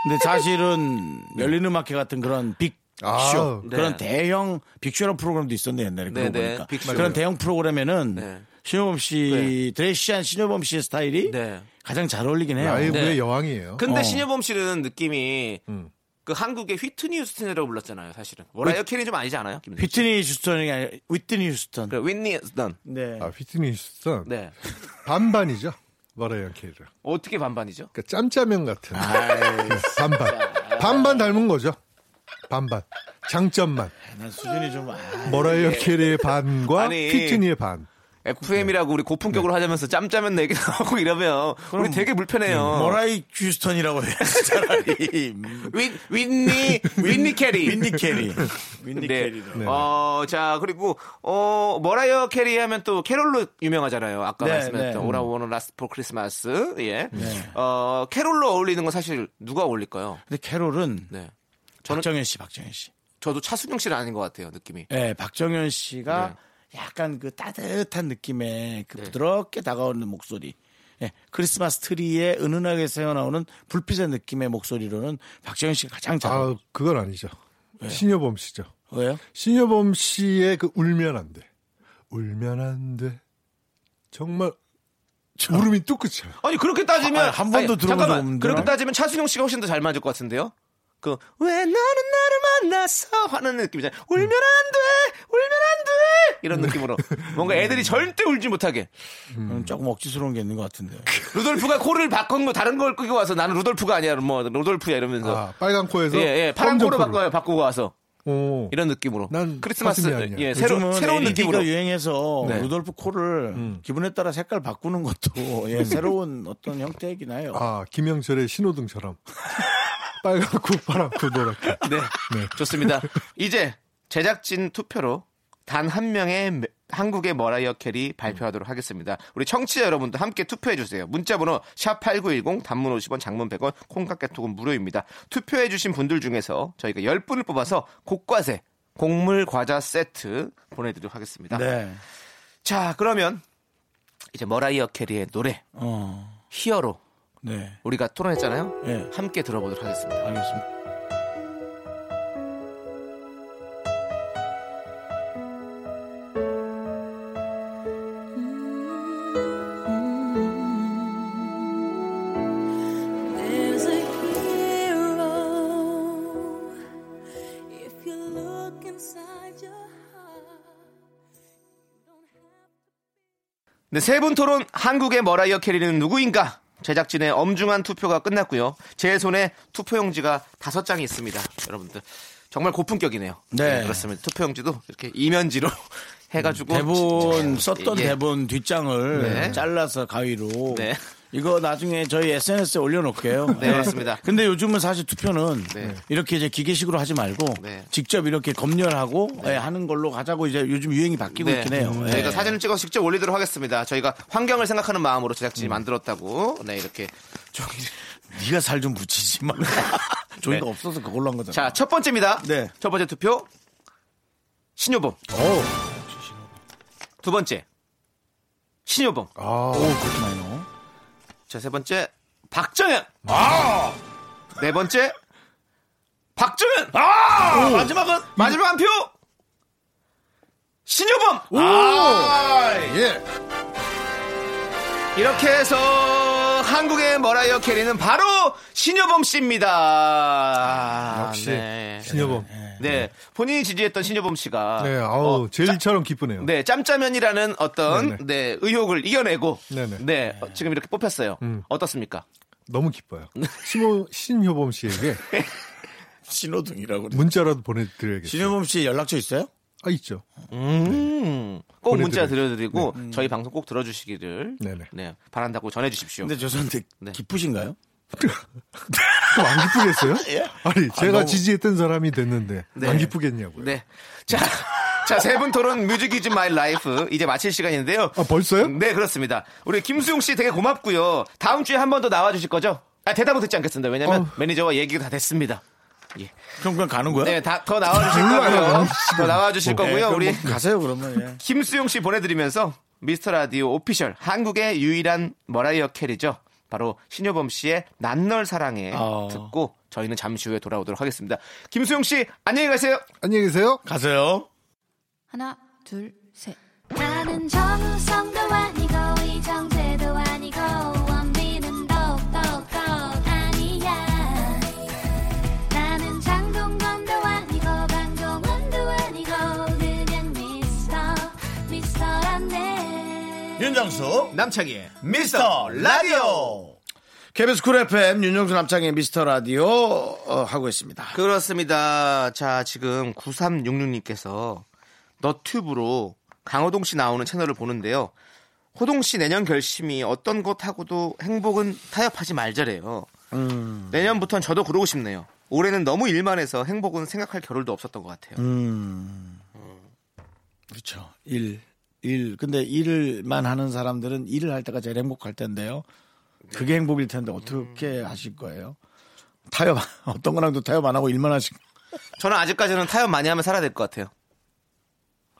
근데 사실은 열린음악회 같은 그런 빅 아, 쇼 네. 그런 대형 빅쇼라는 프로그램도 있었네 옛날에 그러고 네, 네. 보니까 빅쇼. 그런 대형 프로그램에는 네. 신효범 씨 드레시한 신효범 씨의 스타일이 네. 가장 잘 어울리긴 해요. 라이브의 네. 여왕이에요. 근데 어. 신여범 씨는 느낌이 음. 그 한국의 휘트니 휴스턴이라고 불렀잖아요, 사실은. 뭐라이어 캐리 좀 아니지 않아요? 김 휘트니 휴스턴이 아니라 휘트니 휴스턴. 그래, 윈니 휴스턴. 네. 아, 휘트니 휴스턴. 네. 반반이죠. 머라이어 캐리랑. 어떻게 반반이죠? 그러니까 짬짜면 같은. 아, 예. 네, 반반. 반반 닮은 거죠. 반반. 장점만. 난 수준이 좀 아, 머라이어 캐리의 반과 예. 아니. 피트니의 반. FM이라고 우리 고품격으로 하자면서 짬짜면 내기 나오고 이러면 우리 되게 불편해요. 음, 머라이 휴스턴이라고 해야 차라리 윈, 윈니, 윈니 캐리. 윈니 캐리. 윈니 네. 캐리. 어, 자, 그리고, 어, 머라이어 캐리 하면 또 캐롤로 유명하잖아요. 아까 네, 말씀했던 네. 오라 오너 라스트 포 크리스마스. 예. 어, 캐롤로 어울리는 건 사실 누가 어울릴까요? 근데 캐롤은 네. 박정현 씨, 박정현 씨. 저도 차수경 씨는 아닌 것 같아요, 느낌이. 네, 박정현 씨가 네. 약간 그 따뜻한 느낌의 그 부드럽게 다가오는 목소리. 예, 크리스마스 트리에 은은하게 새어나오는 불빛의 느낌의 목소리로는 박정현 씨가 가장 잘. 아, 그건 아니죠. 네. 신여범 씨죠. 왜요? 신여범 씨의 그 울면 안 돼. 울면 안 돼. 정말 울음이 뚝 끝이야. 아니, 그렇게 따지면. 아, 한 번도 아니, 들어본 적 잠깐만. 없는데. 그렇게 따지면 차수경 씨가 훨씬 더 잘 맞을 것 같은데요? 그, 왜 나는 나를 만났어? 하는 느낌이잖아요. 울면 안 돼! 울면 안 돼! 이런 느낌으로. 네. 뭔가 애들이 절대 울지 못하게. 음. 음, 조금 억지스러운 게 있는 것 같은데. 루돌프가 코를 바꾼 거 다른 걸 끄고 와서 나는 루돌프가 아니야. 뭐, 루돌프야. 이러면서. 아, 빨간 코에서 예, 예. 파란 검정 코로 코로. 어. 바꿔요. 바꾸고 와서. 오. 이런 느낌으로. 난 크리스마스. 가슴이 아니야. 예, 새로, 요즘은 새로운 LED 가 느낌으로. 유행해서 네. 음. 루돌프 코를 기분에 따라 색깔 바꾸는 것도 예, 새로운 어떤 형태이긴 해요. 아, 김영철의 신호등처럼. 빨간 코, 파란 코, 노랗 게 네. 좋습니다. 이제 제작진 투표로 단 한 명의 매- 한국의 머라이어 캐리 발표하도록 하겠습니다. 우리 청취자 여러분도 함께 투표해 주세요. 문자 번호 샵8910 단문 50원 장문 100원 콩깍개톡은 무료입니다. 투표해 주신 분들 중에서 저희가 10분을 뽑아서 곡과세 곡물 과자 세트 보내드리도록 하겠습니다. 네. 자 그러면 이제 머라이어 캐리의 노래 어. 히어로 네. 우리가 토론했잖아요. 예. 함께 들어보도록 하겠습니다. 알겠습니다. There's a hero if you look inside your heart. 네, 세 분 토론 한국의 머라이어 캐리는 누구인가? 제작진의 엄중한 투표가 끝났고요. 제 손에 투표용지가 다섯 장이 있습니다. 여러분들 정말 고품격이네요. 예, 네. 그렇습니다. 투표용지도 이렇게 이면지로 해가지고 대본 예, 썼던 예. 대본 뒷장을 네. 잘라서 가위로 네. 이거 나중에 저희 SNS에 올려놓을게요. 예. 네, 맞습니다. 근데 요즘은 사실 투표는 네. 이렇게 이제 기계식으로 하지 말고 네. 직접 이렇게 검열하고 예, 하는 걸로 가자고 이제 요즘 유행이 바뀌고 네. 있긴 해요. 예. 저희가 사진을 찍어 서 직접 올리도록 하겠습니다. 저희가 환경을 생각하는 마음으로 제작진이 만들었다고. 네, 이렇게 저기 네가 살 좀 붙이지 마. 네. 저희가 없어서 그걸로 한 거잖아. 자, 첫 번째입니다. 네. 첫 번째 투표. 신효범. 두 번째. 신효범. 아, 오 그렇게 많이 넣어. 자, 세 번째. 박정현. 아. 네 번째. 박정현. 아. 마지막은 음. 마지막 한 표. 신효범. 예. 아. 이렇게 해서 한국의 머라이어 캐리는 바로 신효범 씨입니다. 아, 역시 네. 신여범. 네. 본인이 지지했던 신효범 씨가 네, 아우, 어, 제일처럼 기쁘네요. 네, 짬짜면이라는 어떤 네네. 네, 의혹을 이겨내고 네네. 음. 네, 어, 지금 이렇게 뽑혔어요. 어떻습니까? 너무 기뻐요. 네. 신호, 신효범 씨에게 신호등이라고. 그래. 문자라도 보내드려야겠어요. 뭐, 신효범 씨 연락처 있어요? 아, 있죠. 음. 꼭 문자 네. 보내드려요. 드려드리고 저희 방송 꼭 들어주시기를 네. 음. 네네. 네, 바란다고 전해주십시오. 근데 죄송한데 네. 기쁘신가요? 그럼 안 기쁘겠어요? 예. 아니, 제가 너무- 지지했던 사람이 됐는데 안 기쁘겠냐고요. 네. 자, 자, 세 분 토론 뮤직 이즈 마이 라이프 이제 마칠 시간인데요. 아, 벌써요? 네, 그렇습니다. 우리 김수용 씨 되게 고맙고요. 다음 주에 한 번 더 나와 주실 거죠? 아, 대답은 듣지 않겠습니다. 왜냐면 어. 매니저와 얘기가 다 됐습니다. 그럼 그냥 가는 거야? 네, 다 더 나와 주실 몰라요. 아, 어. 거고요. 더 나와 주실 네, 거고요. 그럼 우리 뭐 가세요 그러면. 예. 김수용 씨 보내드리면서 미스터 라디오 오피셜 한국의 유일한 머라이어 캐리죠. 바로 신효범 씨의 난널 사랑해 어. 듣고 저희는 잠시 후에 돌아오도록 하겠습니다. 김수용 씨 안녕히 가세요. 안녕히 계세요. 가세요. 하나, 둘, 셋. 나는 정우성도 아니고 이정재도 아니고 원빈은 더욱더 아니야 나는 장동건도 아니고 강동원도 아니고 그냥 미스터 미스터란데 예. 윤정수 남창희의 미스터 라디오 KBS 쿨 FM 윤정수 남창의 미스터 라디오 어, 하고 있습니다. 그렇습니다. 자, 지금 9366님께서 너튜브로 강호동 씨 나오는 채널을 보는데요. 호동 씨 내년 결심이 어떤 것하고도 행복은 타협하지 말자래요. 내년부턴 저도 그러고 싶네요. 올해는 너무 일만 해서 행복은 생각할 겨를도 없었던 것 같아요. 그렇죠. 일, 일. 근데 일만 하는 사람들은 일을 할 때가 제일 행복할 텐데요. 그게 행복일 텐데 어떻게 하실 거예요? 타협 어떤 거랑도 타협 안 하고 일만 하신 저는 아직까지는 타협 많이 하면 살아야 될 것 같아요.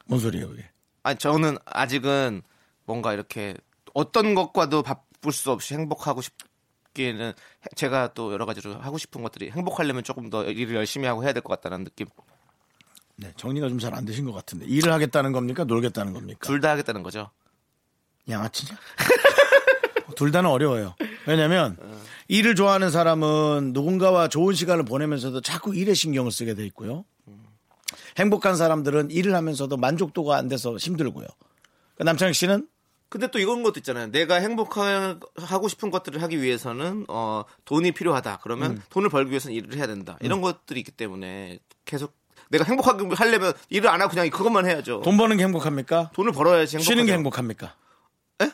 뭔 소리예요 이게? 아니, 저는 아직은 뭔가 이렇게 어떤 것과도 바쁠 수 없이 행복하고 싶기에는 제가 또 여러 가지로 하고 싶은 것들이 행복하려면 조금 더 일을 열심히 하고 해야 될 것 같다는 느낌. 네, 정리가 좀 잘 안 되신 것 같은데 일을 하겠다는 겁니까? 놀겠다는 겁니까? 둘 다 하겠다는 거죠. 어, 양아치냐? 둘 다는 어려워요. 왜냐면 일을 좋아하는 사람은 누군가와 좋은 시간을 보내면서도 자꾸 일에 신경을 쓰게 돼 있고요. 행복한 사람들은 일을 하면서도 만족도가 안 돼서 힘들고요. 그 남창희 씨는 근데 또 이런 것도 있잖아요. 내가 행복하고 싶은 것들을 하기 위해서는 어, 돈이 필요하다. 그러면 돈을 벌기 위해서는 일을 해야 된다. 이런 것들이 있기 때문에 계속 내가 행복하게 하려면 일을 안 하고 그냥 그것만 해야죠. 돈 버는 게 행복합니까? 돈을 벌어야지 행복하죠. 쉬는 게 행복합니까? 에?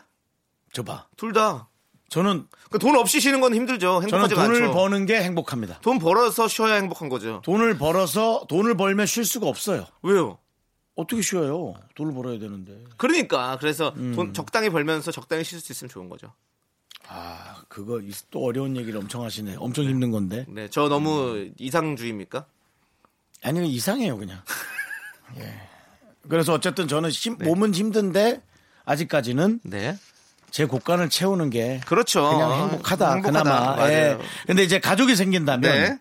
줘봐. 둘 다. 저는 그러니까 돈 없이 쉬는 건 힘들죠. 저는 행복하지 돈을 않죠. 버는 게 행복합니다. 돈 벌어서 쉬어야 행복한 거죠. 돈을 벌어서 돈을 벌면 쉴 수가 없어요. 왜요? 어떻게 쉬어요? 돈을 벌어야 되는데. 그러니까 그래서 음. 돈 적당히 벌면서 적당히 쉴 수 있으면 좋은 거죠. 아, 그거 이- 또 어려운 얘기를 엄청 하시네. 엄청 힘든 건데. 네, 저 너무 이상주의입니까? 아니 이상해요 그냥. 예. 그래서 어쨌든 저는 힘- 네. 몸은 힘든데 아직까지는 제 곳간을 채우는 게 그렇죠. 네. 그냥 행복하다, 행복하다. 그나마. 예. 맞아요. 근데 이제 가족이 생긴다면 네.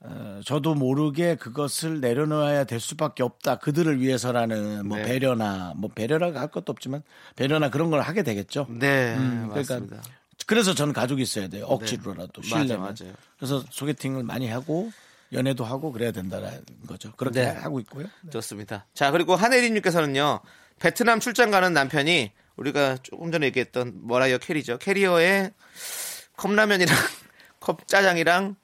어, 저도 모르게 그것을 내려놓아야 될 수밖에 없다. 그들을 위해서라는 네. 뭐 배려나 뭐 배려라고 할 것도 없지만 배려나 그런 걸 하게 되겠죠. 네, 그러니까 맞습니다. 그래서 저는 가족이 있어야 돼요. 억지로라도 네. 실내 맞아요, 맞아요. 그래서 소개팅을 많이 하고 연애도 하고 그래야 된다는 거죠. 그렇게 네. 하고 있고요. 좋습니다. 자, 그리고 한혜림님께서는요, 베트남 출장 가는 남편이 우리가 조금 전에 얘기했던 뭐라요 캐리죠. 캐리어에 컵라면이랑 컵짜장이랑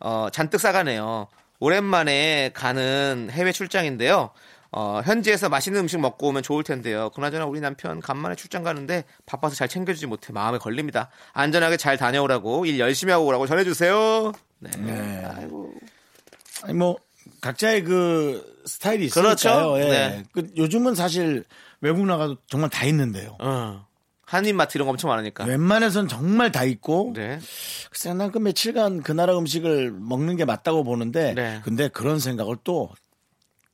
어, 잔뜩 싸가네요. 오랜만에 가는 해외 출장인데요. 어, 현지에서 맛있는 음식 먹고 오면 좋을 텐데요. 그나저나 우리 남편 간만에 출장 가는데 바빠서 잘 챙겨주지 못해 마음에 걸립니다. 안전하게 잘 다녀오라고 일 열심히 하고 오라고 전해주세요. 네. 아이고. 아니 뭐 각자의 그 스타일이 있으니까요. 그렇죠. 예. 네. 그 요즘은 사실 외국 나가도 정말 다 있는데요. 어. 한인 마트 이런 거 엄청 많으니까. 네. 웬만해선 정말 다 있고 아, 네. 글쎄 난그 며칠간 그 나라 음식을 먹는 게 맞다고 보는데 네. 근데 그런 생각을 또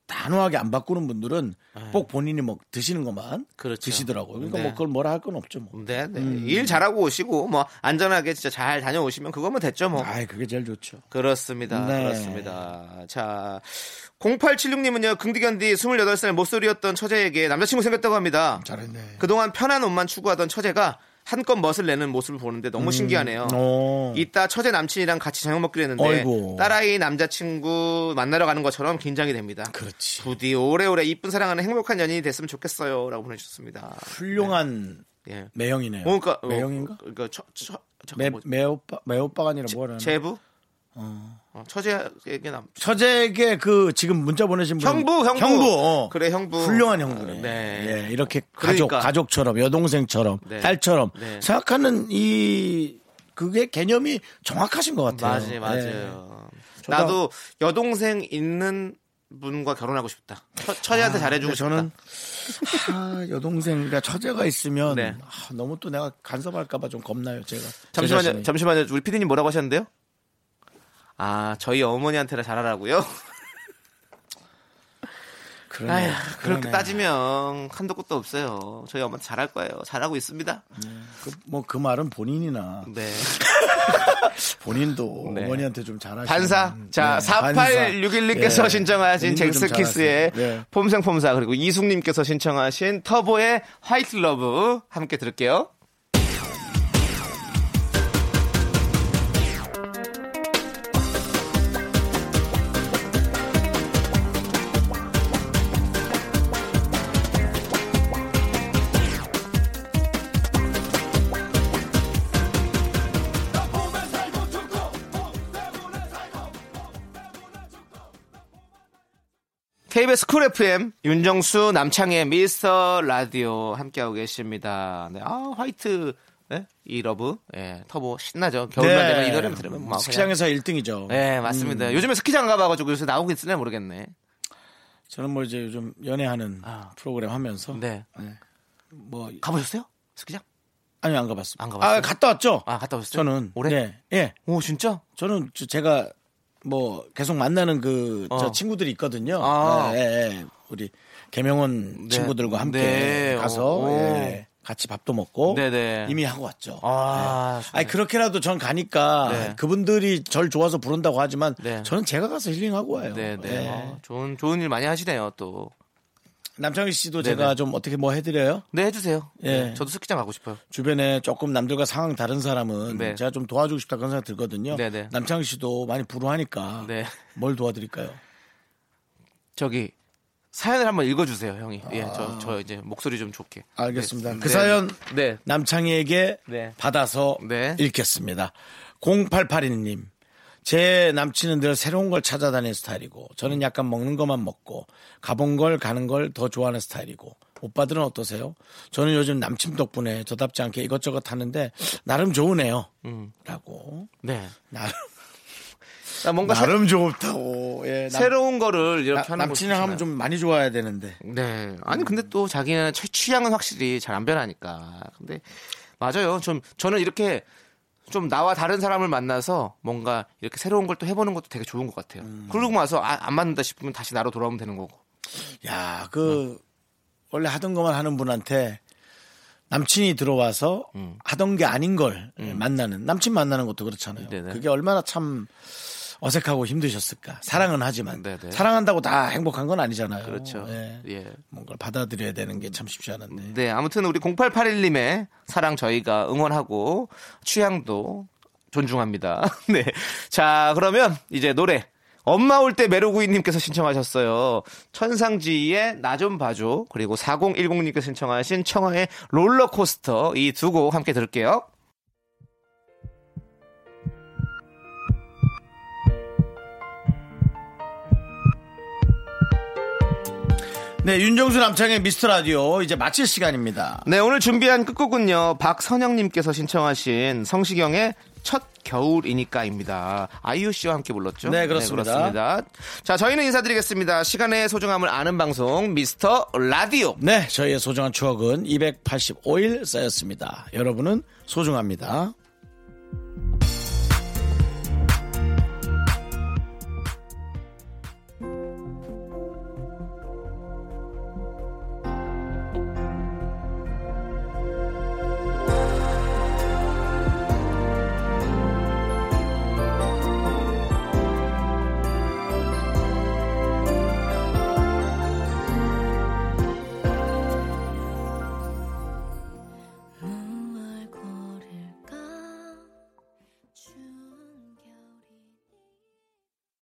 단호하게 안 바꾸는 분들은 꼭 본인이 뭐 드시는 것만 네. 그렇죠. 드시더라고요. 그러니까 네. 뭐 그걸 뭐라 할 건 없죠 뭐. 네, 네. 일 잘하고 오시고 뭐 안전하게 진짜 잘 다녀오시면 그거면 됐죠 뭐. 아, 그게 제일 좋죠. 그렇습니다. 네. 그렇습니다. 자, 0876님은요. 긍디견디 28살 모쏠이었던 처제에게 남자친구 생겼다고 합니다. 잘했네. 그동안 편한 옷만 추구하던 처제가 한껏 멋을 내는 모습을 보는데 너무 신기하네요. 음. 어. 이따 처제 남친이랑 같이 저녁 먹기로 했는데 어이구. 딸아이 남자친구 만나러 가는 것처럼 긴장이 됩니다. 그렇지. 부디 오래오래 이쁜 사랑하는 행복한 연인이 됐으면 좋겠어요라고 보내주셨습니다. 훌륭한 예. 매형이네요. 어, 그러니까 어, 매형인가? 그러니까 처, 처, 잠깐 매, 뭐죠? 매오빠 매오빠가 아니라 뭐라 하나? 제부? 어, 처제에게 남. 처제에게 그 지금 문자 보내신 분 형부, 형부. 어. 그래, 형부. 훌륭한 형부네. 아, 네. 예, 이렇게 그러니까. 가족 가족처럼 여동생처럼 네. 딸처럼 네. 생각하는 이 그게 개념이 정확하신 것 같아요. 네. 맞아요, 맞아요. 예. 저도- 어. 나도 여동생 있는 분과 결혼하고 싶다. 처, 처제한테 잘해주고 근데 저는 아, 여동생 그러니까 처제가 있으면 네. 아, 너무 또 내가 간섭할까봐 좀 겁나요 제가. 제 싶다. 잠시만요, 자신이. 잠시만요. 우리 피디님 뭐라고 하셨는데요? 아, 저희 어머니한테나 잘하라고요? 그러네, 아휴, 그렇게 그러네. 따지면 한도 끝도 없어요. 저희 엄마 잘할 거예요. 잘하고 있습니다. 그, 뭐그 말은 본인이나 네. 본인도 네. 어머니한테 좀 잘하시는 네. 반사. 음, 자, 예. 4861님께서 신청하신 잭스키스의 네. 폼생폼사 그리고 이숙님께서 신청하신 터보의 화이트 러브 함께 들을게요. KBS 쿨 FM 윤정수 남창의 미스터 라디오 함께하고 계십니다. 네, 아 화이트 네? 이 러브 예, 터보 신나죠. 겨울만 되면 이 노래 들으면 막 그냥. 네. 식장에서 음. 1등이죠. 네 맞습니다. 요즘에 스키장 가봐가지고 요새 나오고 있으나 모르겠네. 저는 뭐 이제 요즘 연애하는 아. 프로그램 하면서 네 뭐 가보셨어요? 스키장? 아니 안 가봤습니다. 안 가봤어요? 아, 갔다 왔죠. 아 갔다 오셨어요? 저는 올해? 예, 예. 오 진짜? 저는 저- 제가 뭐 계속 만나는 그 저 어. 친구들이 있거든요. 아. 예, 예, 예. 우리 개명원 네. 친구들과 함께 네. 가서 오. 예, 같이 밥도 먹고 네네. 이미 하고 왔죠. 아, 네. 아니 그렇게라도 전 가니까 네. 그분들이 절 좋아서 부른다고 하지만 네. 저는 제가 가서 힐링하고 와요. 네네. 아. 예. 어, 좋은 좋은 일 많이 하시네요 또. 남창희 씨도 네네. 제가 좀 어떻게 뭐 해드려요? 네 해주세요. 예. 네, 저도 스키장 가고 싶어요. 주변에 조금 남들과 상황 다른 사람은 네. 제가 좀 도와주고 싶다 그런 생각 들거든요. 네네. 남창희 씨도 많이 불우하니까 네. 뭘 도와드릴까요? 저기 사연을 한번 읽어주세요, 형이. 예, 저, 저 이제 목소리 좀 좋게. 아. 알겠습니다. 네. 그 네. 사연 네. 남창희에게 네. 받아서 읽겠습니다. 0882님. 제 남친은 늘 새로운 걸 찾아다니는 스타일이고 저는 약간 먹는 것만 먹고 가본 걸 가는 걸 더 좋아하는 스타일이고 오빠들은 어떠세요? 저는 요즘 남친 덕분에 저답지 않게 이것저것 하는데 나름 좋으네요. 음. 라고. 네. 나름, 나 뭔가 새- 나름 좋다고. 예, 남- 새로운 거를 이렇게 나- 하는 남친을 거 하면 좀 많이 좋아야 되는데. 네. 아니 근데 또 자기는 최- 취향은 확실히 잘 안 변하니까. 근데 맞아요. 좀 저는 이렇게 좀 나와 다른 사람을 만나서 뭔가 이렇게 새로운 걸 또 해보는 것도 되게 좋은 것 같아요. 음. 그러고 나서 아, 안 맞는다 싶으면 다시 나로 돌아오면 되는 거고. 야, 그 원래 하던 것만 하는 분한테 남친이 들어와서 음. 하던 게 아닌 걸 만나는 남친 만나는 것도 그렇잖아요. 그게 얼마나 참 어색하고 힘드셨을까. 사랑은 하지만 네네. 사랑한다고 다 행복한 건 아니잖아요. 그렇죠. 예. 예. 뭔가를 받아들여야 되는 게 참 쉽지 않은데. 네, 아무튼 우리 0881님의 사랑 저희가 응원하고 취향도 존중합니다. 네. 자, 그러면 이제 노래. 엄마 올 때 메로구이님께서 신청하셨어요. 천상지의 나 좀 봐줘. 그리고 4010님께서 신청하신 청하의 롤러코스터. 이 두 곡 함께 들을게요. 네, 윤정수 남창의 미스터 라디오 이제 마칠 시간입니다. 네, 오늘 준비한 끝곡은요. 박선영님께서 신청하신 성시경의 첫 겨울이니까입니다. 아이유 씨와 함께 불렀죠? 네, 그렇습니다. 그렇습니다. 자, 저희는 인사드리겠습니다. 시간의 소중함을 아는 방송 미스터 라디오. 네, 저희의 소중한 추억은 285일 쌓였습니다. 여러분은 소중합니다.